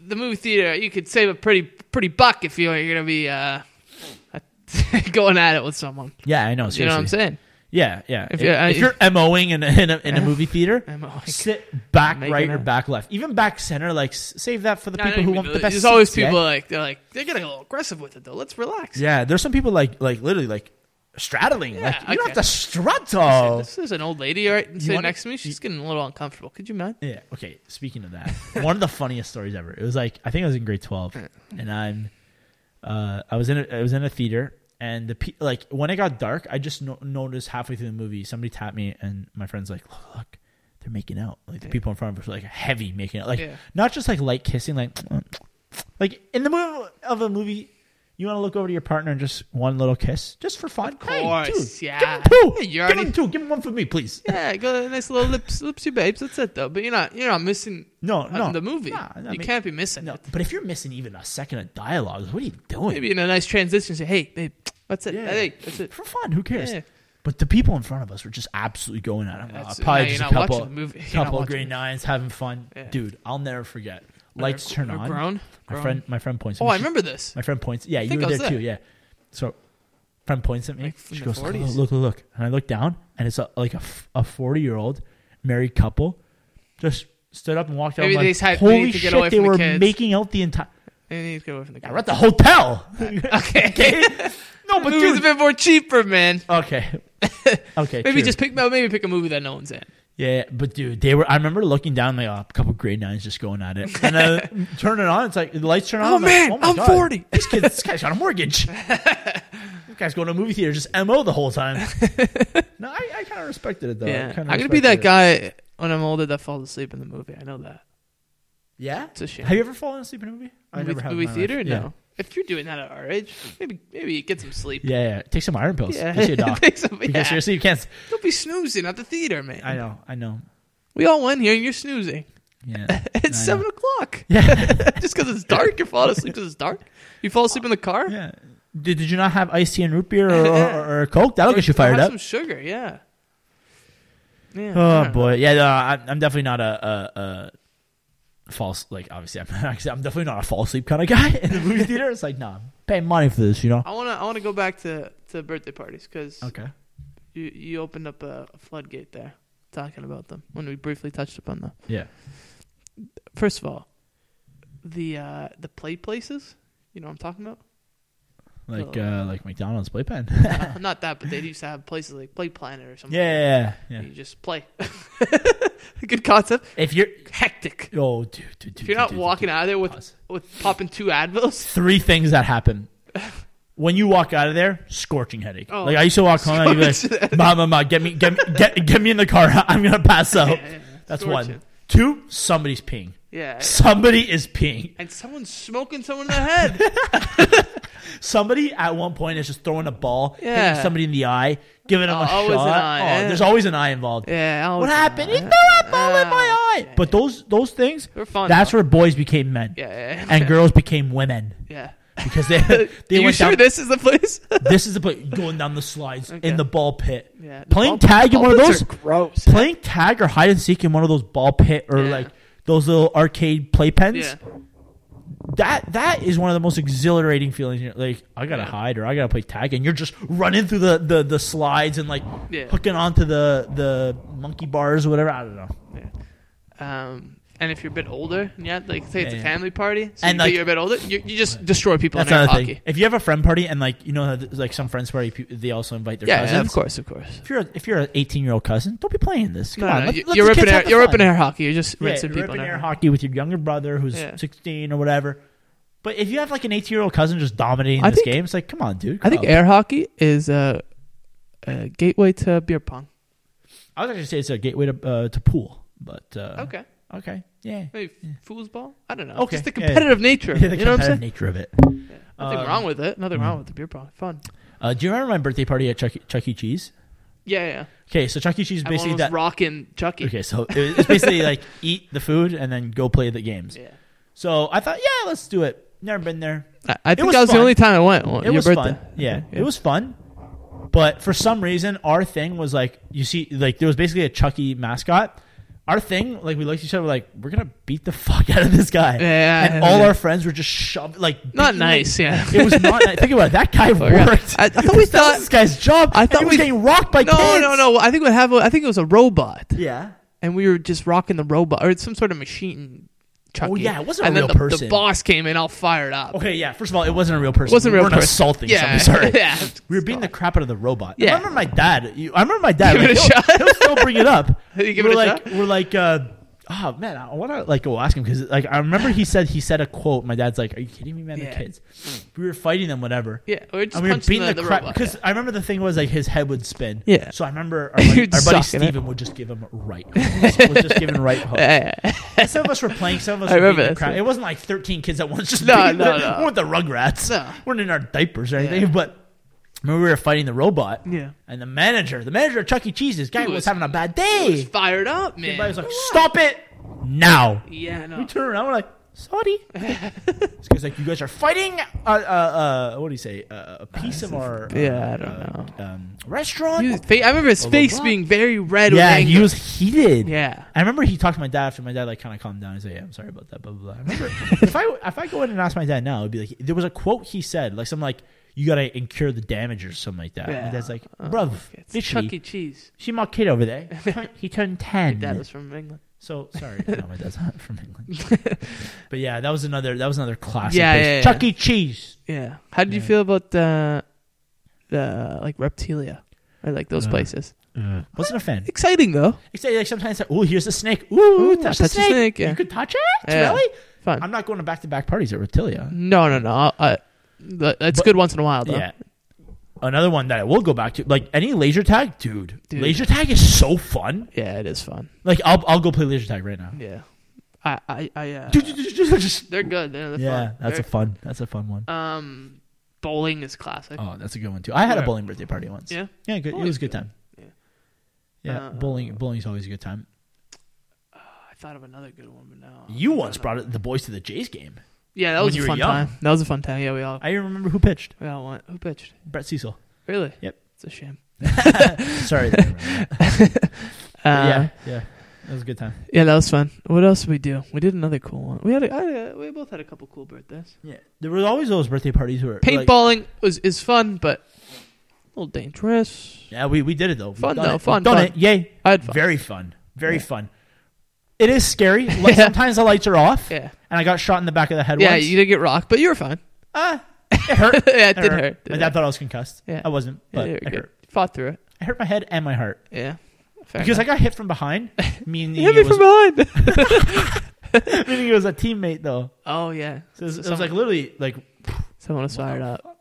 Speaker 2: The movie theater, you could save a pretty pretty buck if you're, you're going to be uh, going at it with someone.
Speaker 1: Yeah, I know. Seriously.
Speaker 2: You know what I'm saying?
Speaker 1: Yeah, yeah.
Speaker 2: If
Speaker 1: If,
Speaker 2: you're- uh,
Speaker 1: you're,
Speaker 2: I-
Speaker 1: if you're moing in a, in a, in a movie theater,
Speaker 2: I'm like,
Speaker 1: sit back
Speaker 2: Making
Speaker 1: right or
Speaker 2: up.
Speaker 1: back left, even back center. Like s- save that for the
Speaker 2: No, I
Speaker 1: people
Speaker 2: don't
Speaker 1: who
Speaker 2: even
Speaker 1: want
Speaker 2: know.
Speaker 1: the best.
Speaker 2: There's always
Speaker 1: seats, yeah?
Speaker 2: people like they're like they're getting a little aggressive with it though. Let's relax.
Speaker 1: Yeah, there's some people like like literally like straddling.
Speaker 2: Yeah,
Speaker 1: like you
Speaker 2: okay.
Speaker 1: don't have to straddle.
Speaker 2: This is an old lady right sitting
Speaker 1: wanna-
Speaker 2: next to me. She's getting a little uncomfortable. Could you mind?
Speaker 1: Yeah. Okay. Speaking of that, one of the funniest stories ever. It was like I think I was in grade twelve, and I'm, uh, I was in a, I was in a theater, and the pe- like when it got dark, I just no- noticed halfway through the movie somebody tapped me, and my friends like, look, look, they're making out. Like the people in front of us were like heavy making out, like
Speaker 2: Yeah.
Speaker 1: not just like light kissing, like. Like in the middle of a movie, you want to look over to your partner and just one little kiss, just for fun. Of
Speaker 2: course,
Speaker 1: hey, dude,
Speaker 2: yeah.
Speaker 1: Give him two.
Speaker 2: You
Speaker 1: give
Speaker 2: already-
Speaker 1: him two. Give him one for me, please.
Speaker 2: Yeah, go a nice little lips, lipsy babes. That's it though. But you're not, you're not missing
Speaker 1: No,
Speaker 2: uh,
Speaker 1: no,
Speaker 2: the movie.
Speaker 1: Nah, I
Speaker 2: you
Speaker 1: mean-
Speaker 2: can't be missing
Speaker 1: No,
Speaker 2: it.
Speaker 1: but if you're missing even a second of dialogue, what are you doing?
Speaker 2: Maybe in a nice transition, say, "Hey, babe, that's it. Hey, that's it."
Speaker 1: For fun, who cares?
Speaker 2: Yeah.
Speaker 1: But the people in front of us were just absolutely going at him. Uh,
Speaker 2: That's-
Speaker 1: probably
Speaker 2: now
Speaker 1: just
Speaker 2: you're
Speaker 1: a
Speaker 2: not
Speaker 1: couple,
Speaker 2: watching the movie. You're not
Speaker 1: couple of
Speaker 2: watching
Speaker 1: green
Speaker 2: it.
Speaker 1: nines having fun,
Speaker 2: Yeah.
Speaker 1: dude. I'll never forget. Lights
Speaker 2: Or-
Speaker 1: turn
Speaker 2: or
Speaker 1: on.
Speaker 2: Grown.
Speaker 1: My
Speaker 2: grown.
Speaker 1: friend, my friend points. at
Speaker 2: Oh,
Speaker 1: me.
Speaker 2: I
Speaker 1: She-
Speaker 2: remember this.
Speaker 1: My friend points. Yeah, you
Speaker 2: think
Speaker 1: were
Speaker 2: I
Speaker 1: there
Speaker 2: was
Speaker 1: too.
Speaker 2: there.
Speaker 1: Yeah. So, friend points at me.
Speaker 2: Like, from
Speaker 1: she
Speaker 2: the
Speaker 1: goes, look,
Speaker 2: 40s.
Speaker 1: look, look, look, and I look down, and it's a, like a f- a forty year old married couple, just stood up and walked out.
Speaker 2: Maybe
Speaker 1: I'm
Speaker 2: they
Speaker 1: like,
Speaker 2: just had- they
Speaker 1: Holy
Speaker 2: need to get
Speaker 1: shit!
Speaker 2: away
Speaker 1: they
Speaker 2: from the
Speaker 1: were
Speaker 2: kids."
Speaker 1: making out the entire.
Speaker 2: And he's going away from the
Speaker 1: We're at the hotel.
Speaker 2: Okay.
Speaker 1: no, but
Speaker 2: The movie's
Speaker 1: dude,
Speaker 2: a bit more cheaper, man.
Speaker 1: Okay. okay. true.
Speaker 2: Maybe just pick maybe pick a movie that no one's in.
Speaker 1: yeah, but dude, they were. I remember looking down like oh, a couple grade nines just going at it, and then turn it on. It's like the lights turn on.
Speaker 2: Oh,
Speaker 1: I'm like,
Speaker 2: man,
Speaker 1: my
Speaker 2: I'm
Speaker 1: God,
Speaker 2: 40.
Speaker 1: This kid, this guy's got a mortgage. this guy's going to a movie theater just mo the whole time. no, I, I kind of respected it though.
Speaker 2: yeah,
Speaker 1: kinda
Speaker 2: I'm gonna be that
Speaker 1: respected it.
Speaker 2: guy when I'm older that falls asleep in the movie. I know that.
Speaker 1: Yeah.
Speaker 2: It's a shame.
Speaker 1: Have you ever fallen asleep in a movie? I
Speaker 2: movie
Speaker 1: never have in
Speaker 2: movie
Speaker 1: my
Speaker 2: theater?
Speaker 1: life.
Speaker 2: No. If you're doing that at our age, maybe maybe get some sleep.
Speaker 1: Yeah. yeah, yeah. Take some iron pills.
Speaker 2: Yeah.
Speaker 1: Go see a doc.
Speaker 2: Take some-
Speaker 1: Because
Speaker 2: yeah.
Speaker 1: seriously, you can't.
Speaker 2: Don't be snoozing at the theater, man.
Speaker 1: I know. I know.
Speaker 2: We all went here and you're snoozing.
Speaker 1: Yeah.
Speaker 2: It's
Speaker 1: I
Speaker 2: seven
Speaker 1: know.
Speaker 2: o'clock.
Speaker 1: Yeah.
Speaker 2: Just because it's dark, you're falling asleep because it's dark. You fall asleep in the car.
Speaker 1: Yeah. Did, did you not have iced tea and root beer or, or, or Coke? That'll get you fired
Speaker 2: have
Speaker 1: up.
Speaker 2: Some sugar, yeah. Yeah, I
Speaker 1: Oh
Speaker 2: don't know.
Speaker 1: boy, yeah. No, I'm, I'm definitely not a, a, a false. Like obviously, I'm, I'm definitely not a fall asleep kind of guy in the movie theater. It's like, nah, I'm paying money for this, you know.
Speaker 2: I wanna I wanna go back to to birthday parties because
Speaker 1: Okay.
Speaker 2: you you opened up a, a floodgate there talking about them when we briefly touched upon them.
Speaker 1: Yeah.
Speaker 2: First of all, the uh the play places, you know what I'm talking about?
Speaker 1: Like
Speaker 2: Oh.
Speaker 1: uh, like McDonald's playpen.
Speaker 2: Uh, Not that, but they used to have places like Play Planet or something.
Speaker 1: yeah, yeah, yeah.
Speaker 2: You just play. Good concept.
Speaker 1: If you're
Speaker 2: Hectic.
Speaker 1: oh, dude, dude, dude
Speaker 2: If you're
Speaker 1: dude,
Speaker 2: not
Speaker 1: dude,
Speaker 2: walking
Speaker 1: dude.
Speaker 2: out of there with
Speaker 1: Pause.
Speaker 2: with popping two Advils,
Speaker 1: three things that happen. When you walk out of there, scorching headache.
Speaker 2: Oh.
Speaker 1: like I used to walk home, I'd be
Speaker 2: Scorching
Speaker 1: like, "Mom, mom, mom, get me, get me, get, get me in the car. I'm gonna pass out."
Speaker 2: yeah, yeah.
Speaker 1: That's
Speaker 2: Scorching.
Speaker 1: one. Two, somebody's peeing.
Speaker 2: yeah.
Speaker 1: Somebody is peeing.
Speaker 2: And someone's smoking someone in the head.
Speaker 1: Somebody at one point is just throwing a ball,
Speaker 2: Yeah.
Speaker 1: hitting somebody in the eye, giving them a
Speaker 2: Always an
Speaker 1: shot.
Speaker 2: eye,
Speaker 1: Oh,
Speaker 2: yeah.
Speaker 1: There's always an eye involved.
Speaker 2: yeah. I
Speaker 1: What
Speaker 2: was-
Speaker 1: happened? He
Speaker 2: uh,
Speaker 1: threw a ball in my eye.
Speaker 2: yeah,
Speaker 1: But those those things,
Speaker 2: They're fun,
Speaker 1: that's
Speaker 2: though.
Speaker 1: where boys became men
Speaker 2: Yeah. yeah, yeah.
Speaker 1: and girls became women
Speaker 2: Yeah.
Speaker 1: because they they
Speaker 2: Are you
Speaker 1: went
Speaker 2: sure
Speaker 1: down.
Speaker 2: this is the place?
Speaker 1: this is the place going down the slides
Speaker 2: Okay.
Speaker 1: in the ball pit.
Speaker 2: Yeah, the
Speaker 1: playing
Speaker 2: ball-
Speaker 1: tag in one
Speaker 2: ball
Speaker 1: of
Speaker 2: pits
Speaker 1: those
Speaker 2: are gross.
Speaker 1: playing tag or hide and seek in one of those ball pit or
Speaker 2: Yeah.
Speaker 1: like those little arcade play pens.
Speaker 2: Yeah.
Speaker 1: That that is one of the most exhilarating feelings. You're like I gotta
Speaker 2: Yeah.
Speaker 1: hide or I gotta play tag, and you're just running through the the, the slides and like
Speaker 2: Yeah.
Speaker 1: hooking onto the the monkey bars or whatever. I don't know.
Speaker 2: Um, and if you're a bit older, yeah, like say it's
Speaker 1: Yeah, yeah.
Speaker 2: a family party, so
Speaker 1: And,
Speaker 2: you, but
Speaker 1: like-
Speaker 2: you're a bit older, you, you just destroy people
Speaker 1: That's
Speaker 2: in air
Speaker 1: another thing.
Speaker 2: hockey.
Speaker 1: If you have a friend party and like you know how th- like some friends party, pe- they also invite their
Speaker 2: Yeah,
Speaker 1: cousins.
Speaker 2: of course, of course.
Speaker 1: If you're a, if you're an 18 year old cousin, don't be playing this. Come
Speaker 2: No,
Speaker 1: on,
Speaker 2: no,
Speaker 1: let-
Speaker 2: you-
Speaker 1: let
Speaker 2: you're
Speaker 1: the
Speaker 2: open
Speaker 1: kids
Speaker 2: air.
Speaker 1: have the
Speaker 2: You're
Speaker 1: fun.
Speaker 2: open air hockey. You're just
Speaker 1: Yeah,
Speaker 2: rinsing
Speaker 1: you're
Speaker 2: people.
Speaker 1: up in
Speaker 2: in
Speaker 1: air
Speaker 2: air
Speaker 1: hockey with your younger brother who's
Speaker 2: Yeah.
Speaker 1: 16 or whatever. But if you have like an 18 year old cousin just dominating
Speaker 2: I
Speaker 1: this
Speaker 2: think-
Speaker 1: game, it's like, come on, dude.
Speaker 2: I think
Speaker 1: grow up.
Speaker 2: air hockey is a, a gateway to beer pong.
Speaker 1: I was going to say it's a gateway to uh, to pool, but uh,
Speaker 2: Okay,
Speaker 1: okay, yeah.
Speaker 2: maybe foosball. I don't know.
Speaker 1: Okay,
Speaker 2: just the
Speaker 1: yeah, yeah.
Speaker 2: competitive nature. of
Speaker 1: Yeah,
Speaker 2: it,
Speaker 1: the
Speaker 2: you know what I'm
Speaker 1: competitive
Speaker 2: saying?
Speaker 1: nature of it.
Speaker 2: Nothing
Speaker 1: Um,
Speaker 2: wrong with it. Nothing wrong with the beer pong. Fun.
Speaker 1: Uh, do you remember my birthday party at Chuck E, Chuck e. Cheese?
Speaker 2: Yeah, yeah.
Speaker 1: Okay, so Chuck E. Cheese is
Speaker 2: Everyone
Speaker 1: basically
Speaker 2: was
Speaker 1: that.
Speaker 2: rocking Chucky.
Speaker 1: Okay, so it was- it's basically like eat the food and then go play the games.
Speaker 2: Yeah.
Speaker 1: So I thought, yeah, let's do it. Never been there.
Speaker 2: I, I think
Speaker 1: was
Speaker 2: that was
Speaker 1: fun.
Speaker 2: the only time I went. on
Speaker 1: it
Speaker 2: your
Speaker 1: was
Speaker 2: birthday.
Speaker 1: fun. Yeah,
Speaker 2: Okay,
Speaker 1: it was fun. But for some reason, our thing was like you see, like there was basically a Chucky mascot. Our thing, like we looked at each other, like we're gonna beat the fuck out of this guy.
Speaker 2: Yeah,
Speaker 1: and
Speaker 2: yeah,
Speaker 1: all
Speaker 2: yeah.
Speaker 1: our friends were just shoved, like
Speaker 2: not
Speaker 1: beating, like-
Speaker 2: nice. Yeah. Oh,
Speaker 1: it was not. nice. Think about it. That guy
Speaker 2: yeah.
Speaker 1: worked.
Speaker 2: I- I thought we
Speaker 1: That was
Speaker 2: thought-
Speaker 1: this guy's job.
Speaker 2: I
Speaker 1: and
Speaker 2: thought
Speaker 1: he was
Speaker 2: we-
Speaker 1: getting rocked by
Speaker 2: no,
Speaker 1: kids.
Speaker 2: no, no. I think what happened. I think it was a robot.
Speaker 1: Yeah.
Speaker 2: and we were just rocking the robot or some sort of machine. Chucky.
Speaker 1: Oh, yeah, it wasn't a
Speaker 2: and
Speaker 1: real
Speaker 2: then the,
Speaker 1: person.
Speaker 2: The boss came in all fired up.
Speaker 1: Okay. Yeah. First of all, it wasn't a real person.
Speaker 2: It wasn't a
Speaker 1: we
Speaker 2: real
Speaker 1: weren't
Speaker 2: person.
Speaker 1: assaulting
Speaker 2: yeah.
Speaker 1: somebody. Sorry.
Speaker 2: yeah.
Speaker 1: We were beating the crap out of the robot.
Speaker 2: Yeah.
Speaker 1: I remember my dad. You, I remember my dad.
Speaker 2: Give
Speaker 1: like,
Speaker 2: it a
Speaker 1: he'll,
Speaker 2: shot.
Speaker 1: he'll still bring it up.
Speaker 2: You give
Speaker 1: we're
Speaker 2: it a
Speaker 1: like,
Speaker 2: shot?
Speaker 1: we're like, uh, oh man, I want to like go ask him because like I remember he said he said a quote. My dad's like, "Are you kidding me, man?
Speaker 2: Yeah.
Speaker 1: They're kids. We were fighting them, whatever."
Speaker 2: Yeah, or just
Speaker 1: And we were
Speaker 2: punch the,
Speaker 1: beating
Speaker 2: the,
Speaker 1: the, crap
Speaker 2: robot.
Speaker 1: because I remember the thing was like his head would spin.
Speaker 2: Yeah.
Speaker 1: So I remember our, buddy-
Speaker 2: You'd
Speaker 1: our buddy
Speaker 2: suck at it.
Speaker 1: Steven would just give him right. hooks. would just give him right hooks.
Speaker 2: Yeah, yeah, yeah.
Speaker 1: And some of us were playing, some of us
Speaker 2: I
Speaker 1: were beating
Speaker 2: remember
Speaker 1: the
Speaker 2: that
Speaker 1: crap.
Speaker 2: too.
Speaker 1: It wasn't like 13 kids at once just
Speaker 2: No,
Speaker 1: beating the,
Speaker 2: no, no.
Speaker 1: We weren't the Rugrats.
Speaker 2: No.
Speaker 1: We weren't in our diapers or
Speaker 2: Yeah.
Speaker 1: anything, but remember we were fighting the robot.
Speaker 2: Yeah.
Speaker 1: And the manager, the manager of Chuck E. Cheese, this guy
Speaker 2: He
Speaker 1: was,
Speaker 2: was-
Speaker 1: having a bad
Speaker 2: He was
Speaker 1: day.
Speaker 2: fired up, man.
Speaker 1: Everybody was like, stop it now.
Speaker 2: yeah, no.
Speaker 1: We turn around, we're like, sorry. this guy's like, you guys are fighting, uh, uh, uh, what do you say, uh, a piece of our uh,
Speaker 2: yeah, I don't know.
Speaker 1: um, restaurant.
Speaker 2: He was fa- I remember his face
Speaker 1: LeBron.
Speaker 2: being very red.
Speaker 1: yeah,
Speaker 2: with
Speaker 1: he
Speaker 2: anger.
Speaker 1: was heated.
Speaker 2: Yeah,
Speaker 1: I remember he talked to my dad after my dad like kind of calmed down. He's like, "Yeah, I'm sorry about that." Blah blah blah. I remember if I if I go in and ask my dad now, it'd be like there was a quote he said like something like you gotta incur the damage or something like that.
Speaker 2: Yeah.
Speaker 1: My dad's like,
Speaker 2: Oh,
Speaker 1: "Bruv,
Speaker 2: it's
Speaker 1: literally,
Speaker 2: Chuck E. Cheese.
Speaker 1: see my kid over there. He turned- He turned ten.
Speaker 2: Dad was from England.
Speaker 1: so sorry, no, my dad's not from England. but yeah, that was another that was another classic.
Speaker 2: Yeah,
Speaker 1: place.
Speaker 2: yeah, yeah.
Speaker 1: Chuck E. Cheese.
Speaker 2: Yeah. How did you
Speaker 1: Yeah.
Speaker 2: feel about the the like Reptilia or like those
Speaker 1: Uh,
Speaker 2: places?
Speaker 1: Wasn't a fan.
Speaker 2: Exciting though.
Speaker 1: Except like sometimes, like, oh, here's a snake. Ooh,
Speaker 2: Ooh,
Speaker 1: touch,
Speaker 2: touch the
Speaker 1: the snake.
Speaker 2: snake, yeah.
Speaker 1: You could touch it.
Speaker 2: Yeah.
Speaker 1: Really?
Speaker 2: Fun.
Speaker 1: I'm not going to back to back parties at Rotilia.
Speaker 2: no, no, no. I, I, that- that's
Speaker 1: But-
Speaker 2: good once in a while though.
Speaker 1: Yeah. Another one that I will go back to, like any laser tag, dude.
Speaker 2: Dude.
Speaker 1: Laser tag is so fun.
Speaker 2: Yeah, it is fun.
Speaker 1: Like I'll I'll go play laser tag right now.
Speaker 2: Yeah. I I, I uh,
Speaker 1: Dude, dude, dude, dude, just-
Speaker 2: they're good. They're, they're
Speaker 1: yeah,
Speaker 2: fun.
Speaker 1: that's a
Speaker 2: They're-
Speaker 1: fun. That's a fun one.
Speaker 2: um bowling is classic.
Speaker 1: Oh, that's a good one too. I had a
Speaker 2: Where-
Speaker 1: bowling birthday party once.
Speaker 2: Yeah.
Speaker 1: yeah, good. It
Speaker 2: Bowling's
Speaker 1: was a good
Speaker 2: good.
Speaker 1: time.
Speaker 2: Yeah.
Speaker 1: Yeah,
Speaker 2: Uh,
Speaker 1: bowling bowling's always a good time.
Speaker 2: Ah, I thought of another good one, but no.
Speaker 1: You
Speaker 2: Oh, I don't
Speaker 1: once
Speaker 2: know.
Speaker 1: brought it, the boys to the Jays game.
Speaker 2: Yeah, that
Speaker 1: when
Speaker 2: was
Speaker 1: you
Speaker 2: a
Speaker 1: were
Speaker 2: fun
Speaker 1: young.
Speaker 2: time. That was a fun time. Yeah, we all
Speaker 1: I even remember who pitched.
Speaker 2: we all went. Who pitched?
Speaker 1: Brett Cecil.
Speaker 2: Really?
Speaker 1: Yep.
Speaker 2: It's a shame.
Speaker 1: Sorry. that I remember that.
Speaker 2: Uh,
Speaker 1: But yeah, yeah, that was a good time.
Speaker 2: Yeah, that was fun. What else did we do? We did another cool one. We had a, I, had a- we both had a couple cool birthdays.
Speaker 1: Yeah, there was always those birthday parties where like-
Speaker 2: Paintballing was is fun, but a little dangerous.
Speaker 1: yeah, we, we did it though. We've
Speaker 2: Fun,
Speaker 1: done
Speaker 2: though.
Speaker 1: it. We've
Speaker 2: Fun,
Speaker 1: done
Speaker 2: fun.
Speaker 1: it. Yay.
Speaker 2: I had fun.
Speaker 1: Very fun. Very
Speaker 2: Yeah.
Speaker 1: fun. It is scary. Like, Sometimes the lights are off,
Speaker 2: yeah,
Speaker 1: and I got shot in the back of the head
Speaker 2: yeah.
Speaker 1: once.
Speaker 2: You did get rocked, but you were fine.
Speaker 1: Ah, it hurt.
Speaker 2: yeah, it
Speaker 1: It
Speaker 2: did hurt.
Speaker 1: My
Speaker 2: Did
Speaker 1: dad
Speaker 2: hurt.
Speaker 1: thought I was concussed.
Speaker 2: Yeah.
Speaker 1: I wasn't,
Speaker 2: Yeah,
Speaker 1: but
Speaker 2: you were
Speaker 1: it
Speaker 2: good.
Speaker 1: hurt.
Speaker 2: Fought through it.
Speaker 1: I hurt my head and my heart
Speaker 2: Yeah, fair
Speaker 1: because
Speaker 2: enough.
Speaker 1: I got hit from behind. Meaning
Speaker 2: hit me
Speaker 1: it,
Speaker 2: from
Speaker 1: was,
Speaker 2: behind.
Speaker 1: meaning it was a teammate though.
Speaker 2: oh yeah,
Speaker 1: So it was, it was,
Speaker 2: Someone-
Speaker 1: like literally like
Speaker 2: someone was fired
Speaker 1: Wow.
Speaker 2: up.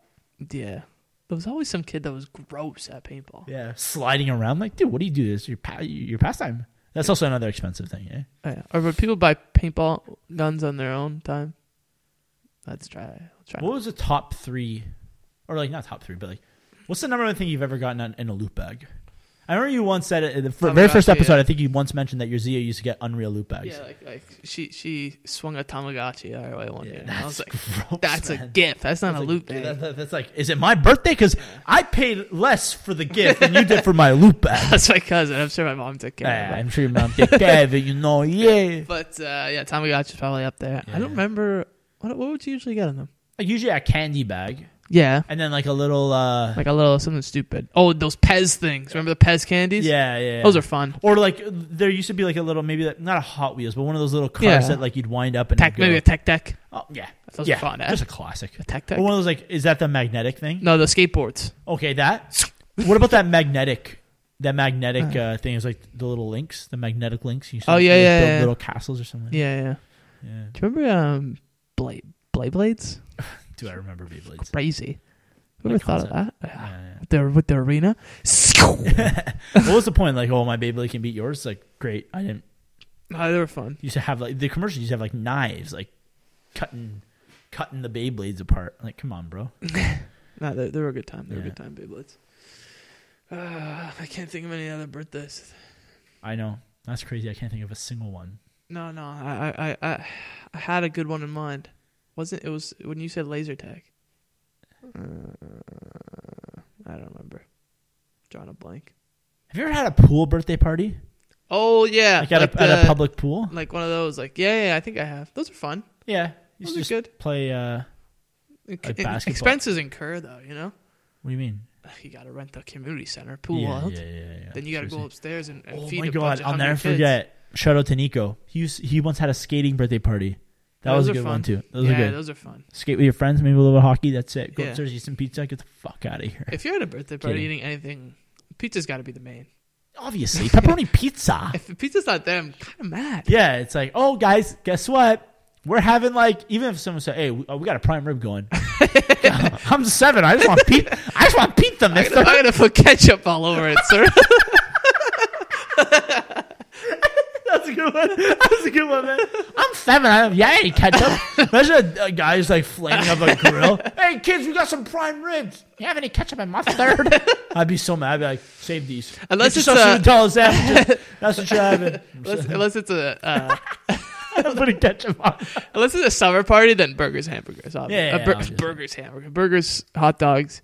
Speaker 2: Yeah, there was always some kid that was gross at paintball.
Speaker 1: yeah sliding around. Like dude, what do you do? This your pa- your pastime. That's also another expensive thing. eh? Yeah.
Speaker 2: Oh, yeah. Or would people buy paintball guns on their own time? Let's try. Let's try.
Speaker 1: What was the top three, or like not top three, but like, what's the number one thing you've ever gotten on, in a loot bag? I remember you once said it in the fir-
Speaker 2: Tamagotchi,
Speaker 1: very first episode.
Speaker 2: yeah.
Speaker 1: I think you once mentioned that your Zia used to get unreal loot bags.
Speaker 2: Yeah, like, like she she swung a Tamagotchi our way one
Speaker 1: Yeah,
Speaker 2: year. And I
Speaker 1: that's
Speaker 2: was like,
Speaker 1: gross,
Speaker 2: that's a
Speaker 1: man.
Speaker 2: gift. That's not
Speaker 1: That's
Speaker 2: a
Speaker 1: like,
Speaker 2: loot
Speaker 1: dude,
Speaker 2: bag.
Speaker 1: that- that- that's like, is it my birthday? Because I paid less for the gift than you did for my loot bag.
Speaker 2: that's my cousin. I'm sure my mom took care
Speaker 1: Yeah,
Speaker 2: of
Speaker 1: I'm
Speaker 2: it.
Speaker 1: sure your mom did Kevin, you know, yeah.
Speaker 2: But uh, yeah, Tamagotchi's probably up there. I
Speaker 1: Yeah.
Speaker 2: don't remember what what would you usually get in them.
Speaker 1: Like usually a candy bag,
Speaker 2: Yeah,
Speaker 1: and then like a little, uh,
Speaker 2: like a little something stupid. Oh, those Pez things. Remember the Pez candies?
Speaker 1: yeah, yeah.
Speaker 2: those are fun.
Speaker 1: or like there used to be like a little maybe like, not a Hot Wheels, but one of those little cars
Speaker 2: Yeah.
Speaker 1: that like you'd wind up and
Speaker 2: Tech,
Speaker 1: go-
Speaker 2: maybe a Tech Tech.
Speaker 1: Oh yeah,
Speaker 2: Those
Speaker 1: yeah,
Speaker 2: are fun. Eh?
Speaker 1: just a classic.
Speaker 2: A Tech
Speaker 1: Or
Speaker 2: Tech.
Speaker 1: One of those like, is that the magnetic thing?
Speaker 2: No, the skateboards.
Speaker 1: Okay, that. What about that magnetic? That magnetic uh, thing is like the little links, the magnetic links. You used to
Speaker 2: Oh,
Speaker 1: like
Speaker 2: yeah,
Speaker 1: build
Speaker 2: yeah,
Speaker 1: little,
Speaker 2: yeah.
Speaker 1: castles or something.
Speaker 2: Yeah, yeah.
Speaker 1: yeah.
Speaker 2: Do you remember um blade blade blades?
Speaker 1: Do I remember Beyblades?
Speaker 2: Crazy.
Speaker 1: What
Speaker 2: Whoever
Speaker 1: a
Speaker 2: thought of that? Yeah.
Speaker 1: Yeah,
Speaker 2: With the with the arena.
Speaker 1: yeah. what was the point? Like, oh, my Beyblade can beat yours. Like, great. I didn't.
Speaker 2: No, they were fun.
Speaker 1: Used to have like the commercials used to have like knives, like cutting, cutting the Beyblades apart. Like, come on, bro.
Speaker 2: No, they, they were a good time. They were a
Speaker 1: Yeah.
Speaker 2: good time, Beyblades. Uh, I can't think of any other birthdays.
Speaker 1: I know that's crazy. I can't think of a single one.
Speaker 2: No, no, I, I, I, I had a good one in mind. Wasn't it was when you said laser tag? Uh, I don't remember. Drawing a blank.
Speaker 1: Have you ever had a pool birthday party?
Speaker 2: Oh yeah,
Speaker 1: Like at, a, at a
Speaker 2: the-
Speaker 1: public pool?
Speaker 2: like one of those. Like yeah, yeah, I think I have. Those are fun.
Speaker 1: Yeah. You
Speaker 2: Those
Speaker 1: should
Speaker 2: are
Speaker 1: just
Speaker 2: good.
Speaker 1: play uh
Speaker 2: Inc-
Speaker 1: Like
Speaker 2: in-
Speaker 1: basketball.
Speaker 2: expenses incur though, you know.
Speaker 1: what do you mean?
Speaker 2: You got to rent the community center pool.
Speaker 1: yeah,
Speaker 2: out.
Speaker 1: yeah, yeah, yeah.
Speaker 2: Then you got to go
Speaker 1: Seriously.
Speaker 2: upstairs and, and
Speaker 1: Oh
Speaker 2: feed
Speaker 1: my
Speaker 2: a
Speaker 1: god,
Speaker 2: bunch of
Speaker 1: I'll
Speaker 2: hungry
Speaker 1: never
Speaker 2: kids.
Speaker 1: forget. Shout out to Nico. He used, he once had a skating birthday party. That
Speaker 2: Those
Speaker 1: was a
Speaker 2: are
Speaker 1: good
Speaker 2: fun.
Speaker 1: one too. Those
Speaker 2: yeah,
Speaker 1: are good.
Speaker 2: those are fun.
Speaker 1: Skate with your friends, maybe a little bit of hockey, that's it. Go
Speaker 2: Yeah.
Speaker 1: upstairs, eat some pizza, get the fuck out of here.
Speaker 2: If you're at a birthday party
Speaker 1: Kidding.
Speaker 2: eating anything, pizza's got to be the main.
Speaker 1: Obviously, pepperoni pizza.
Speaker 2: If the pizza's not there, I'm kind of mad.
Speaker 1: Yeah, it's like, oh, guys, guess what? We're having like, even if someone said, "Hey, we, oh, we got a prime rib going," I'm seven. I just want pizza. I just want pizza,
Speaker 2: I'm
Speaker 1: Mister.
Speaker 2: gonna, I'm gonna put ketchup all over it, sir.
Speaker 1: That's a good one. That's a good one, man. I'm seven. I have, yeah, I ain't ketchup. Imagine a, a guy who's like flaming up a grill. Hey, kids, we got some prime ribs. You have any ketchup and mustard? I'd be so mad. I'd be like, save these.
Speaker 2: Unless
Speaker 1: Get
Speaker 2: it's uh,
Speaker 1: yourself
Speaker 2: a-
Speaker 1: some dollar sandwiches. That's what you're having.
Speaker 2: unless, unless it's a uh,
Speaker 1: I'm putting ketchup on.
Speaker 2: unless it's a summer party, then burgers, hamburgers, obviously.
Speaker 1: Yeah, yeah,
Speaker 2: Uh, bur-
Speaker 1: obviously.
Speaker 2: burgers, hamburger, burgers, hot dogs,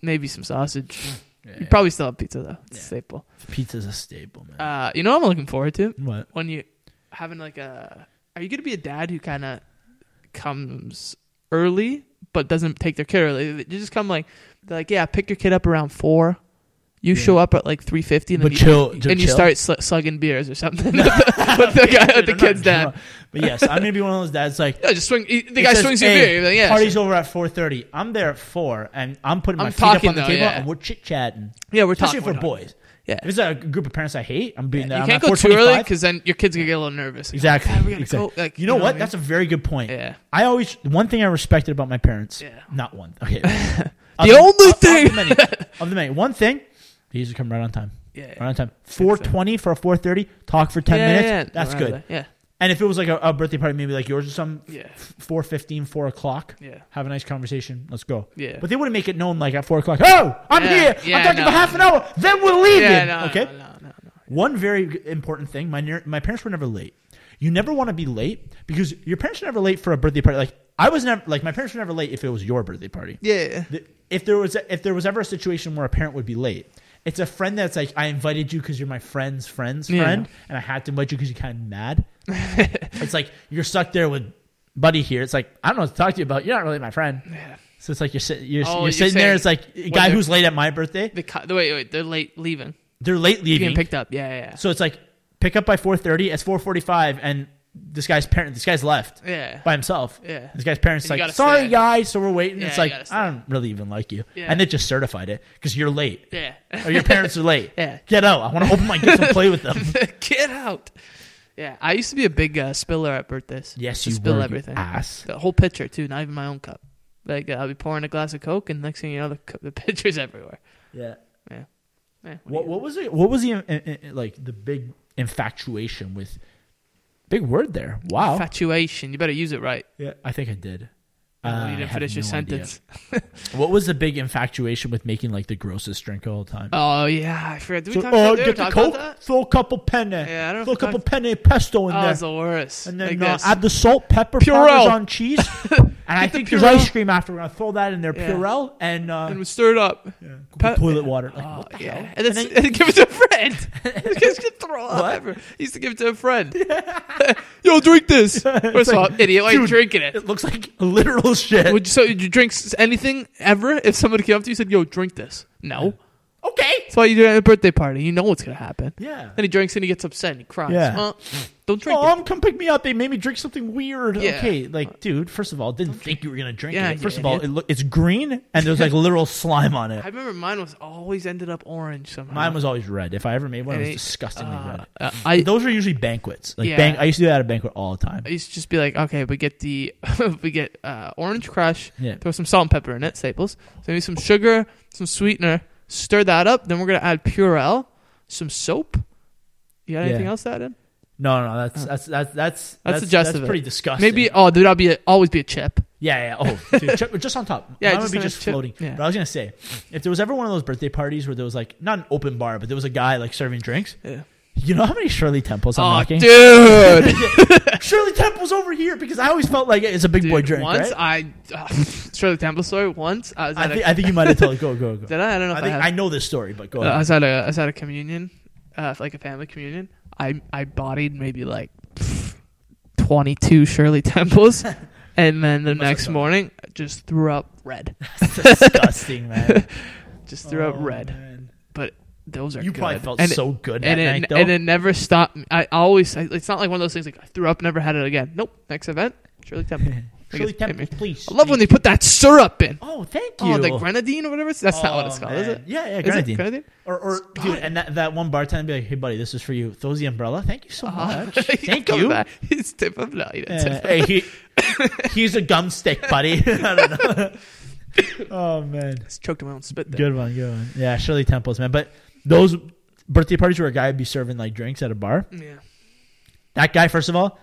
Speaker 2: maybe some sausage.
Speaker 1: yeah.
Speaker 2: You probably still have pizza though. It's a staple.
Speaker 1: Pizza's a staple, man.
Speaker 2: Uh, you know what I'm looking forward to
Speaker 1: what?
Speaker 2: when you having like a. Are you gonna be a dad who kind of comes early but doesn't take their kid early? You just come like they're like yeah, pick your kid up around four. You
Speaker 1: Yeah.
Speaker 2: show up at like three fifty and
Speaker 1: But
Speaker 2: then you,
Speaker 1: chill.
Speaker 2: and
Speaker 1: chill.
Speaker 2: you start sl- slugging beers or something with the, with the, guy, with the
Speaker 1: Dude, I'm
Speaker 2: kid's
Speaker 1: not
Speaker 2: dad.
Speaker 1: drunk. But yes, I'm gonna be one of those dads like.
Speaker 2: Yeah, just swing. he- The
Speaker 1: It
Speaker 2: guy
Speaker 1: says,
Speaker 2: swings you a
Speaker 1: "Hey,
Speaker 2: beer. You're like, yeah,
Speaker 1: party's over at 4.30. I'm there at 4, and I'm putting my
Speaker 2: I'm
Speaker 1: feet up
Speaker 2: talking,
Speaker 1: on the
Speaker 2: though,
Speaker 1: table,
Speaker 2: yeah.
Speaker 1: and we're chit-chatting.
Speaker 2: sure. yeah, we're
Speaker 1: Especially
Speaker 2: talking
Speaker 1: if we're
Speaker 2: we're talking.
Speaker 1: boys.
Speaker 2: Yeah.
Speaker 1: If it's a group of parents I hate, I'm being there.
Speaker 2: You
Speaker 1: I'm
Speaker 2: can't
Speaker 1: at
Speaker 2: go too early
Speaker 1: 4:25.
Speaker 2: because then your kid's gonna get a little nervous.
Speaker 1: Exactly.
Speaker 2: "God, we gotta
Speaker 1: exactly.
Speaker 2: go," like,
Speaker 1: you know what?
Speaker 2: I mean?
Speaker 1: That's a very good point.
Speaker 2: yeah.
Speaker 1: I always one thing I respected about my parents.
Speaker 2: Yeah.
Speaker 1: Not one. Okay.
Speaker 2: The only thing-
Speaker 1: of the, many, of the many. One thing. They usually come right on time.
Speaker 2: Yeah.
Speaker 1: Right on time. Four twenty for a four thirty. Talk for ten
Speaker 2: Yeah,
Speaker 1: minutes.
Speaker 2: yeah, yeah.
Speaker 1: That's
Speaker 2: Around
Speaker 1: good.
Speaker 2: there. Yeah.
Speaker 1: And if it was like a, a birthday party, maybe like yours or something,
Speaker 2: Yeah.
Speaker 1: 4.15, 4 o'clock.
Speaker 2: Yeah.
Speaker 1: Have a nice conversation. Let's go.
Speaker 2: Yeah.
Speaker 1: But they wouldn't make it known like at four o'clock. Oh, I'm
Speaker 2: Yeah,
Speaker 1: here. I'm
Speaker 2: yeah,
Speaker 1: talking
Speaker 2: no,
Speaker 1: for half an hour. Then we're leaving.
Speaker 2: Yeah. No,
Speaker 1: okay.
Speaker 2: No, no, no, no.
Speaker 1: One very g- important thing: my near, my parents were never late. You never want to be late because your parents are never late for a birthday party. Like I was never like my parents were never late if it was your birthday party.
Speaker 2: Yeah.
Speaker 1: The- If there was if there was ever a situation where a parent would be late, it's a friend that's like I invited you because you're my friend's friend's
Speaker 2: Yeah.
Speaker 1: friend, and I had to invite you because you're kind of mad. it's like you're stuck there with buddy here. It's like I don't know what to talk to you about. You're not really my friend.
Speaker 2: Yeah.
Speaker 1: So it's like you're sitting you're,
Speaker 2: Oh,
Speaker 1: you're,
Speaker 2: you're
Speaker 1: sitting there.
Speaker 2: saying
Speaker 1: It's like a
Speaker 2: when
Speaker 1: guy
Speaker 2: they're-
Speaker 1: who's late at my birthday.
Speaker 2: The co- the wait wait they're late leaving.
Speaker 1: They're late leaving.
Speaker 2: Getting picked up. Yeah. Yeah.
Speaker 1: So it's like pick up by four thirty. It's four forty five, and this guy's parent, this guy's left
Speaker 2: Yeah. Yeah.
Speaker 1: by himself.
Speaker 2: Yeah.
Speaker 1: This guy's parents
Speaker 2: And you
Speaker 1: like,
Speaker 2: gotta
Speaker 1: sorry
Speaker 2: stay.
Speaker 1: guys, so we're waiting.
Speaker 2: Yeah,
Speaker 1: it's
Speaker 2: you
Speaker 1: like
Speaker 2: gotta stay.
Speaker 1: I don't really even like you,
Speaker 2: Yeah.
Speaker 1: and it just certified it because you're late
Speaker 2: yeah.
Speaker 1: or your parents are late.
Speaker 2: Yeah.
Speaker 1: Get out! I want to open my gifts and play with them.
Speaker 2: Get out. Yeah. I used to be a big uh, spiller at birthdays.
Speaker 1: Yes,
Speaker 2: To
Speaker 1: you
Speaker 2: spill
Speaker 1: were, Ah. you
Speaker 2: everything.
Speaker 1: ass.
Speaker 2: The whole pitcher too, not even my own cup. Like uh, I'll be pouring a glass of Coke, and next thing you know, the, cu- the pitcher's everywhere.
Speaker 1: Yeah.
Speaker 2: Man, what
Speaker 1: What,
Speaker 2: do you-
Speaker 1: what was it? What was the uh, uh, uh, like the big infatuation with? Big word there. Wow.
Speaker 2: Infatuation. You better use it right.
Speaker 1: yeah, I think I did.
Speaker 2: Uh,
Speaker 1: Uh,
Speaker 2: you
Speaker 1: I
Speaker 2: didn't
Speaker 1: have
Speaker 2: finish your
Speaker 1: no idea.
Speaker 2: sentence.
Speaker 1: What was the big infatuation with making like the grossest drink all the time?
Speaker 2: Oh yeah, I forgot. Did
Speaker 1: So,
Speaker 2: we talk, about,
Speaker 1: oh,
Speaker 2: did we
Speaker 1: get the
Speaker 2: talk
Speaker 1: coke,
Speaker 2: about that?
Speaker 1: throw a couple penne,
Speaker 2: Yeah, I don't know
Speaker 1: throw a
Speaker 2: if we
Speaker 1: couple penne pesto in
Speaker 2: Oh,
Speaker 1: there,
Speaker 2: it's the worst.
Speaker 1: and
Speaker 2: Like
Speaker 1: then uh,
Speaker 2: this.
Speaker 1: add the salt, pepper,
Speaker 2: Purell.
Speaker 1: parmesan cheese, and I
Speaker 2: Get the
Speaker 1: think there's
Speaker 2: Purell.
Speaker 1: ice cream after. We're gonna throw that in there,
Speaker 2: Yeah.
Speaker 1: Purell, and, uh,
Speaker 2: and we stir it up.
Speaker 1: yeah,
Speaker 2: Pe-
Speaker 1: toilet water. Like,
Speaker 2: Oh
Speaker 1: what the
Speaker 2: yeah,
Speaker 1: hell?
Speaker 2: and, then,
Speaker 1: then-
Speaker 2: and then give it to a friend. This kid's gonna throw up.
Speaker 1: What?
Speaker 2: everywhere. He used to give it to a friend. Yo, drink this. First of all,
Speaker 1: like,
Speaker 2: idiot, why are you
Speaker 1: dude,
Speaker 2: drinking it?
Speaker 1: It looks like literal shit.
Speaker 2: Would you, so would you drink s- anything ever? If somebody came up to you and said, "Yo, drink this," no.
Speaker 1: okay.
Speaker 2: That's why you do it at a birthday party. You know what's gonna happen.
Speaker 1: Yeah.
Speaker 2: Then he drinks and he gets upset and he cries.
Speaker 1: Yeah. Oh.
Speaker 2: Well, don't drink it.
Speaker 1: Mom, come pick me up. They made me drink something weird.
Speaker 2: Yeah.
Speaker 1: Okay, like, dude. First of all, didn't think you were gonna drink
Speaker 2: Yeah,
Speaker 1: it.
Speaker 2: you
Speaker 1: First of all,
Speaker 2: idiot.
Speaker 1: it look, it's green and there's like literal slime on it.
Speaker 2: I remember mine was always ended up orange somehow.
Speaker 1: Mine was always red. If I ever made one, it was
Speaker 2: Hey,
Speaker 1: disgustingly
Speaker 2: Uh,
Speaker 1: red.
Speaker 2: uh, I,
Speaker 1: Those are usually banquets. Like
Speaker 2: Yeah.
Speaker 1: bank, I used to do that at a banquet all the time.
Speaker 2: I used to just be like, okay, we get the we get uh, orange crush,
Speaker 1: Yeah.
Speaker 2: throw some salt and pepper in it, staples. So maybe some sugar, some sweetener, stir that up. Then we're gonna add Purell, some soap. You got
Speaker 1: Yeah.
Speaker 2: anything else to add in?
Speaker 1: No, no, that's that's that's that's that's,
Speaker 2: the gist of it.
Speaker 1: pretty disgusting.
Speaker 2: Maybe oh, dude, I'll be a, always be a chip.
Speaker 1: yeah, yeah. Oh, dude, chip- just on top.
Speaker 2: Yeah,
Speaker 1: Mine
Speaker 2: just
Speaker 1: would be
Speaker 2: on a
Speaker 1: just
Speaker 2: chip.
Speaker 1: floating.
Speaker 2: Yeah.
Speaker 1: But I was gonna say, if there was ever one of those birthday parties where there was like not an open bar, but there was a guy like serving drinks.
Speaker 2: Yeah.
Speaker 1: You know how many Shirley Temples I'm
Speaker 2: Oh,
Speaker 1: knocking?
Speaker 2: dude,
Speaker 1: Shirley Temple's over here because I always felt like it's a big boy
Speaker 2: Dude,
Speaker 1: drink,
Speaker 2: once
Speaker 1: right?
Speaker 2: I uh, Shirley Temple story. Once I was
Speaker 1: I,
Speaker 2: at
Speaker 1: think,
Speaker 2: a,
Speaker 1: I think you might have told. Go, go, go.
Speaker 2: did I? I don't know.
Speaker 1: I
Speaker 2: If I,
Speaker 1: think
Speaker 2: have.
Speaker 1: I know this story, but go.
Speaker 2: Uh, I
Speaker 1: ahead.
Speaker 2: was at a I was at a communion, uh, like a family communion. I I bodied maybe like twenty two Shirley Temples, and then the
Speaker 1: must have
Speaker 2: next
Speaker 1: done.
Speaker 2: morning I just threw up red.
Speaker 1: disgusting, man.
Speaker 2: Just threw up
Speaker 1: Oh,
Speaker 2: red.
Speaker 1: man.
Speaker 2: But those are
Speaker 1: You
Speaker 2: good.
Speaker 1: probably felt
Speaker 2: and
Speaker 1: so good
Speaker 2: It, and,
Speaker 1: that
Speaker 2: it,
Speaker 1: night, though.
Speaker 2: and it never stopped. me. I always. I, it's not like one of those things like I threw up, never had it again. Nope. Next event, Shirley Temple.
Speaker 1: Shirley
Speaker 2: it's- I
Speaker 1: Temple,
Speaker 2: mean,
Speaker 1: please.
Speaker 2: I love when they put that syrup in.
Speaker 1: Oh, thank you.
Speaker 2: Oh, the grenadine or whatever. it's- That's not what it's
Speaker 1: Oh,
Speaker 2: called, is
Speaker 1: man.
Speaker 2: it?
Speaker 1: Yeah, yeah,
Speaker 2: Is it
Speaker 1: grenadine.
Speaker 2: grenadine?
Speaker 1: Or, or dude, and that, that one bartender be like, "Hey, buddy, this is for you. Throws the umbrella. Thank you so much. Thank
Speaker 2: Uh-huh. Come
Speaker 1: you.
Speaker 2: back. It's tip of no, you
Speaker 1: Uh,
Speaker 2: don't
Speaker 1: hey,
Speaker 2: tip.
Speaker 1: he, here's a gum stick, buddy. I don't know. oh man,
Speaker 2: Just choked on my own spit there.
Speaker 1: good one, good one. Yeah, Shirley Temples, man. But those birthday parties where a guy would be serving like drinks at a bar.
Speaker 2: Yeah.
Speaker 1: That guy, first of all,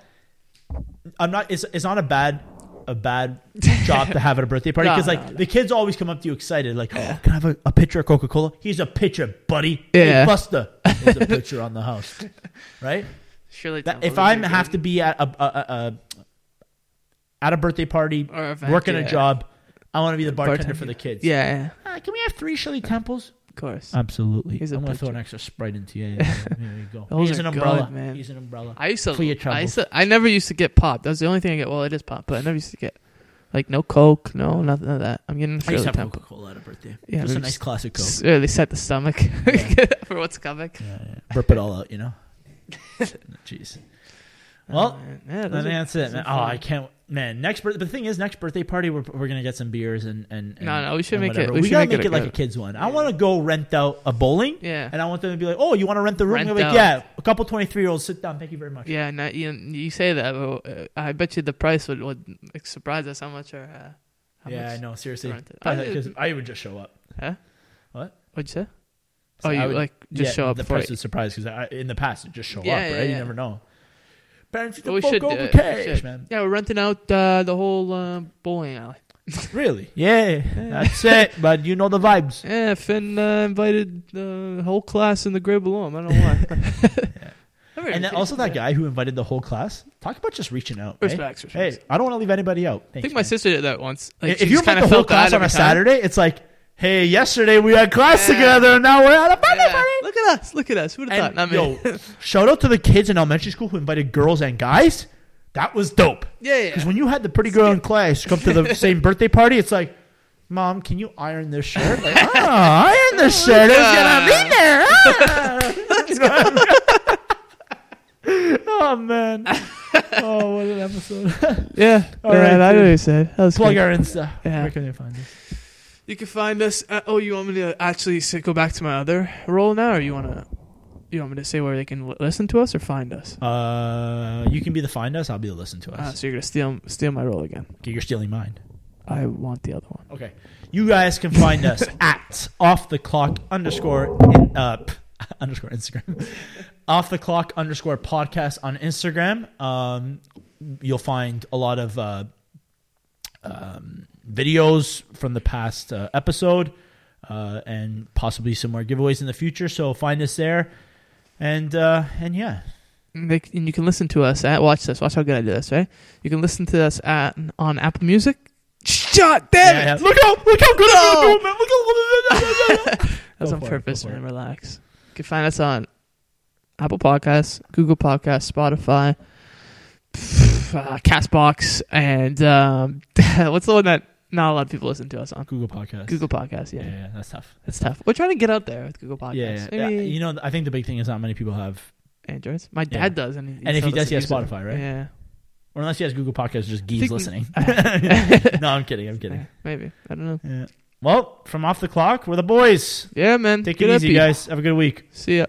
Speaker 1: I'm not. It's, it's not a bad a bad job to have at a birthday party
Speaker 2: No,
Speaker 1: because like
Speaker 2: no, no.
Speaker 1: the kids always come up to you excited, like, oh, "Can I have a, a pitcher of Coca Cola?" He's a pitcher, buddy.
Speaker 2: Yeah.
Speaker 1: hey, Buster, there's a pitcher on the house, right?
Speaker 2: Surely
Speaker 1: That, if I am have to be at a, a, a, a at a birthday party,
Speaker 2: Or event,
Speaker 1: working
Speaker 2: yeah.
Speaker 1: a job, I want to be the bartender,
Speaker 2: Bartender.
Speaker 1: for the kids.
Speaker 2: Yeah, yeah,
Speaker 1: Uh, can we have three Shirley Temples?
Speaker 2: of course.
Speaker 1: Uh, Absolutely.
Speaker 2: Here's a
Speaker 1: I'm gonna throw an
Speaker 2: pitcher.
Speaker 1: extra sprite into you. Yeah, yeah, yeah. There you go.
Speaker 2: Those
Speaker 1: He's an
Speaker 2: are good,
Speaker 1: umbrella.
Speaker 2: man.
Speaker 1: He's an umbrella.
Speaker 2: I used to.
Speaker 1: For your trouble.
Speaker 2: I used to. I never used to get pop. That was the only thing I get. Well, it is pop, but I never used to get like no coke, no nothing of that. I'm
Speaker 1: I
Speaker 2: getting
Speaker 1: used
Speaker 2: Shirley
Speaker 1: to have
Speaker 2: Temple.
Speaker 1: Coca Cola at a birthday.
Speaker 2: Yeah,
Speaker 1: Yeah, just a
Speaker 2: maybe
Speaker 1: nice
Speaker 2: just-
Speaker 1: classic Coke.
Speaker 2: S- Really set the stomach
Speaker 1: Yeah.
Speaker 2: for what's coming.
Speaker 1: Yeah, yeah. Rip it all out, you know. Jeez.
Speaker 2: Uh,
Speaker 1: Well,
Speaker 2: Alright, Uh, yeah,
Speaker 1: I think
Speaker 2: those are-
Speaker 1: that's it.
Speaker 2: those are
Speaker 1: Man. Oh, I
Speaker 2: fun.
Speaker 1: can't. Man, next birthday. But the thing is, next birthday party, we're, we're gonna get some beers and and. and
Speaker 2: No, no, we should
Speaker 1: and
Speaker 2: make it-
Speaker 1: whatever.
Speaker 2: we
Speaker 1: We,
Speaker 2: should
Speaker 1: gotta
Speaker 2: make it
Speaker 1: make
Speaker 2: a
Speaker 1: it like a
Speaker 2: good-
Speaker 1: kids one. I
Speaker 2: Yeah.
Speaker 1: want to go rent out a bowling,
Speaker 2: Yeah.
Speaker 1: and I want them to be like, "Oh, you want to rent the room?"
Speaker 2: Rent
Speaker 1: I'm like,
Speaker 2: out.
Speaker 1: "Yeah, a couple twenty three year olds sit down. Thank you very much."
Speaker 2: Yeah, not, you, you say that, but uh, I bet you the price would, would like, surprise us how much or uh, how
Speaker 1: Yeah, I
Speaker 2: much. Uh,
Speaker 1: know. Seriously,
Speaker 2: rent it?
Speaker 1: Probably
Speaker 2: I-
Speaker 1: 'cause I, would just show up.
Speaker 2: Huh?
Speaker 1: What?
Speaker 2: What'd you say?
Speaker 1: So
Speaker 2: oh, you
Speaker 1: I would-
Speaker 2: like just
Speaker 1: yeah,
Speaker 2: show up
Speaker 1: The
Speaker 2: for
Speaker 1: price
Speaker 2: it.
Speaker 1: is surprised because in the past it just show
Speaker 2: Yeah,
Speaker 1: up,
Speaker 2: yeah,
Speaker 1: right? You
Speaker 2: yeah.
Speaker 1: never know. Parents, you
Speaker 2: Well,
Speaker 1: can
Speaker 2: we should
Speaker 1: fuck
Speaker 2: do
Speaker 1: over
Speaker 2: it. We
Speaker 1: cash,
Speaker 2: should.
Speaker 1: man.
Speaker 2: Yeah, we're renting out uh, the whole uh, bowling alley.
Speaker 1: Really? Yeah, that's it. But you know the vibes.
Speaker 2: Yeah, Finn uh, invited the whole class in the grade below him. I don't know why. Never even
Speaker 1: And then
Speaker 2: think
Speaker 1: also
Speaker 2: about
Speaker 1: that guy who invited the whole class. Talk about just reaching out. right?
Speaker 2: Respects,
Speaker 1: Hey,
Speaker 2: respects.
Speaker 1: I don't want to leave anybody out.
Speaker 2: I
Speaker 1: Thanks,
Speaker 2: think my
Speaker 1: man.
Speaker 2: sister did that once. Like,
Speaker 1: If-
Speaker 2: she
Speaker 1: if you
Speaker 2: just
Speaker 1: invite
Speaker 2: kinda
Speaker 1: the whole
Speaker 2: felt that
Speaker 1: class on
Speaker 2: every
Speaker 1: a
Speaker 2: time.
Speaker 1: Saturday, it's like, hey, yesterday we had class
Speaker 2: Yeah.
Speaker 1: together, and now we're at a birthday
Speaker 2: Yeah.
Speaker 1: party.
Speaker 2: Look at us. Look at us. Who would have thought?
Speaker 1: And,
Speaker 2: Not me.
Speaker 1: yo, shout out to the kids in elementary school who invited girls and guys. That was dope.
Speaker 2: yeah, yeah.
Speaker 1: Because when you had the pretty girl in class come to the same birthday party, it's like, Mom, can you iron this shirt? Like, oh, iron this
Speaker 2: Oh
Speaker 1: shirt. It was gonna be there. Ah. You know what I mean? oh man. Oh, what an episode.
Speaker 2: yeah.
Speaker 1: All right,
Speaker 2: I know
Speaker 1: dude.
Speaker 2: what you said. That was
Speaker 1: Plug
Speaker 2: good.
Speaker 1: our Insta.
Speaker 2: Yeah.
Speaker 1: Where can they find us?
Speaker 2: You can find us. At, oh, you want me to actually s go back to my other role now, or you want to? You want me to say where they can li- listen to us or find us?
Speaker 1: Uh, you can be the find us. I'll be the listen to
Speaker 2: Ah,
Speaker 1: us.
Speaker 2: so you're gonna steal steal my role again.
Speaker 1: Okay, you're stealing mine.
Speaker 2: I want the other one.
Speaker 1: Okay. You guys can find us at off the clock underscore in, uh, p- underscore Instagram. off the clock underscore podcast on Instagram. Um, you'll find a lot of uh, um, videos from the past uh, episode uh, and possibly some more giveaways in the future. So find us there. And uh, and yeah,
Speaker 2: And, they, c- and you can listen to us at. Watch this. Watch how good I do this. Right. You can listen to us at on Apple Music. Shot, damn
Speaker 1: Yeah,
Speaker 2: it!
Speaker 1: yeah. Look out! Look how good I'm gonna do it, man! Look how
Speaker 2: That was
Speaker 1: Go
Speaker 2: on
Speaker 1: for it,
Speaker 2: purpose,
Speaker 1: go for
Speaker 2: man. Relax. You can find us on Apple Podcasts, Google Podcasts, Spotify, pff, uh, Castbox, and um, what's the one that not a lot of people listen to us on?
Speaker 1: Google Podcast.
Speaker 2: Google Podcasts, yeah.
Speaker 1: yeah, yeah, that's tough.
Speaker 2: It's tough. We're trying to get out there with Google Podcasts.
Speaker 1: Yeah, yeah.
Speaker 2: Maybe
Speaker 1: Uh, you know, I think the big thing is not many people have,
Speaker 2: Androids. My dad
Speaker 1: Yeah.
Speaker 2: does. And, he,
Speaker 1: And if he
Speaker 2: still
Speaker 1: does, he has
Speaker 2: doesn't use it.
Speaker 1: Spotify, right?
Speaker 2: Yeah.
Speaker 1: or unless he has Google Podcasts, just geese
Speaker 2: Think-
Speaker 1: listening. no, I'm kidding. I'm kidding.
Speaker 2: Maybe. I don't know.
Speaker 1: Yeah. Well, from off the clock, we're the boys.
Speaker 2: Yeah, man.
Speaker 1: Take
Speaker 2: Mm, Get
Speaker 1: it
Speaker 2: up,
Speaker 1: easy,
Speaker 2: you.
Speaker 1: guys. Have a good week.
Speaker 2: See ya.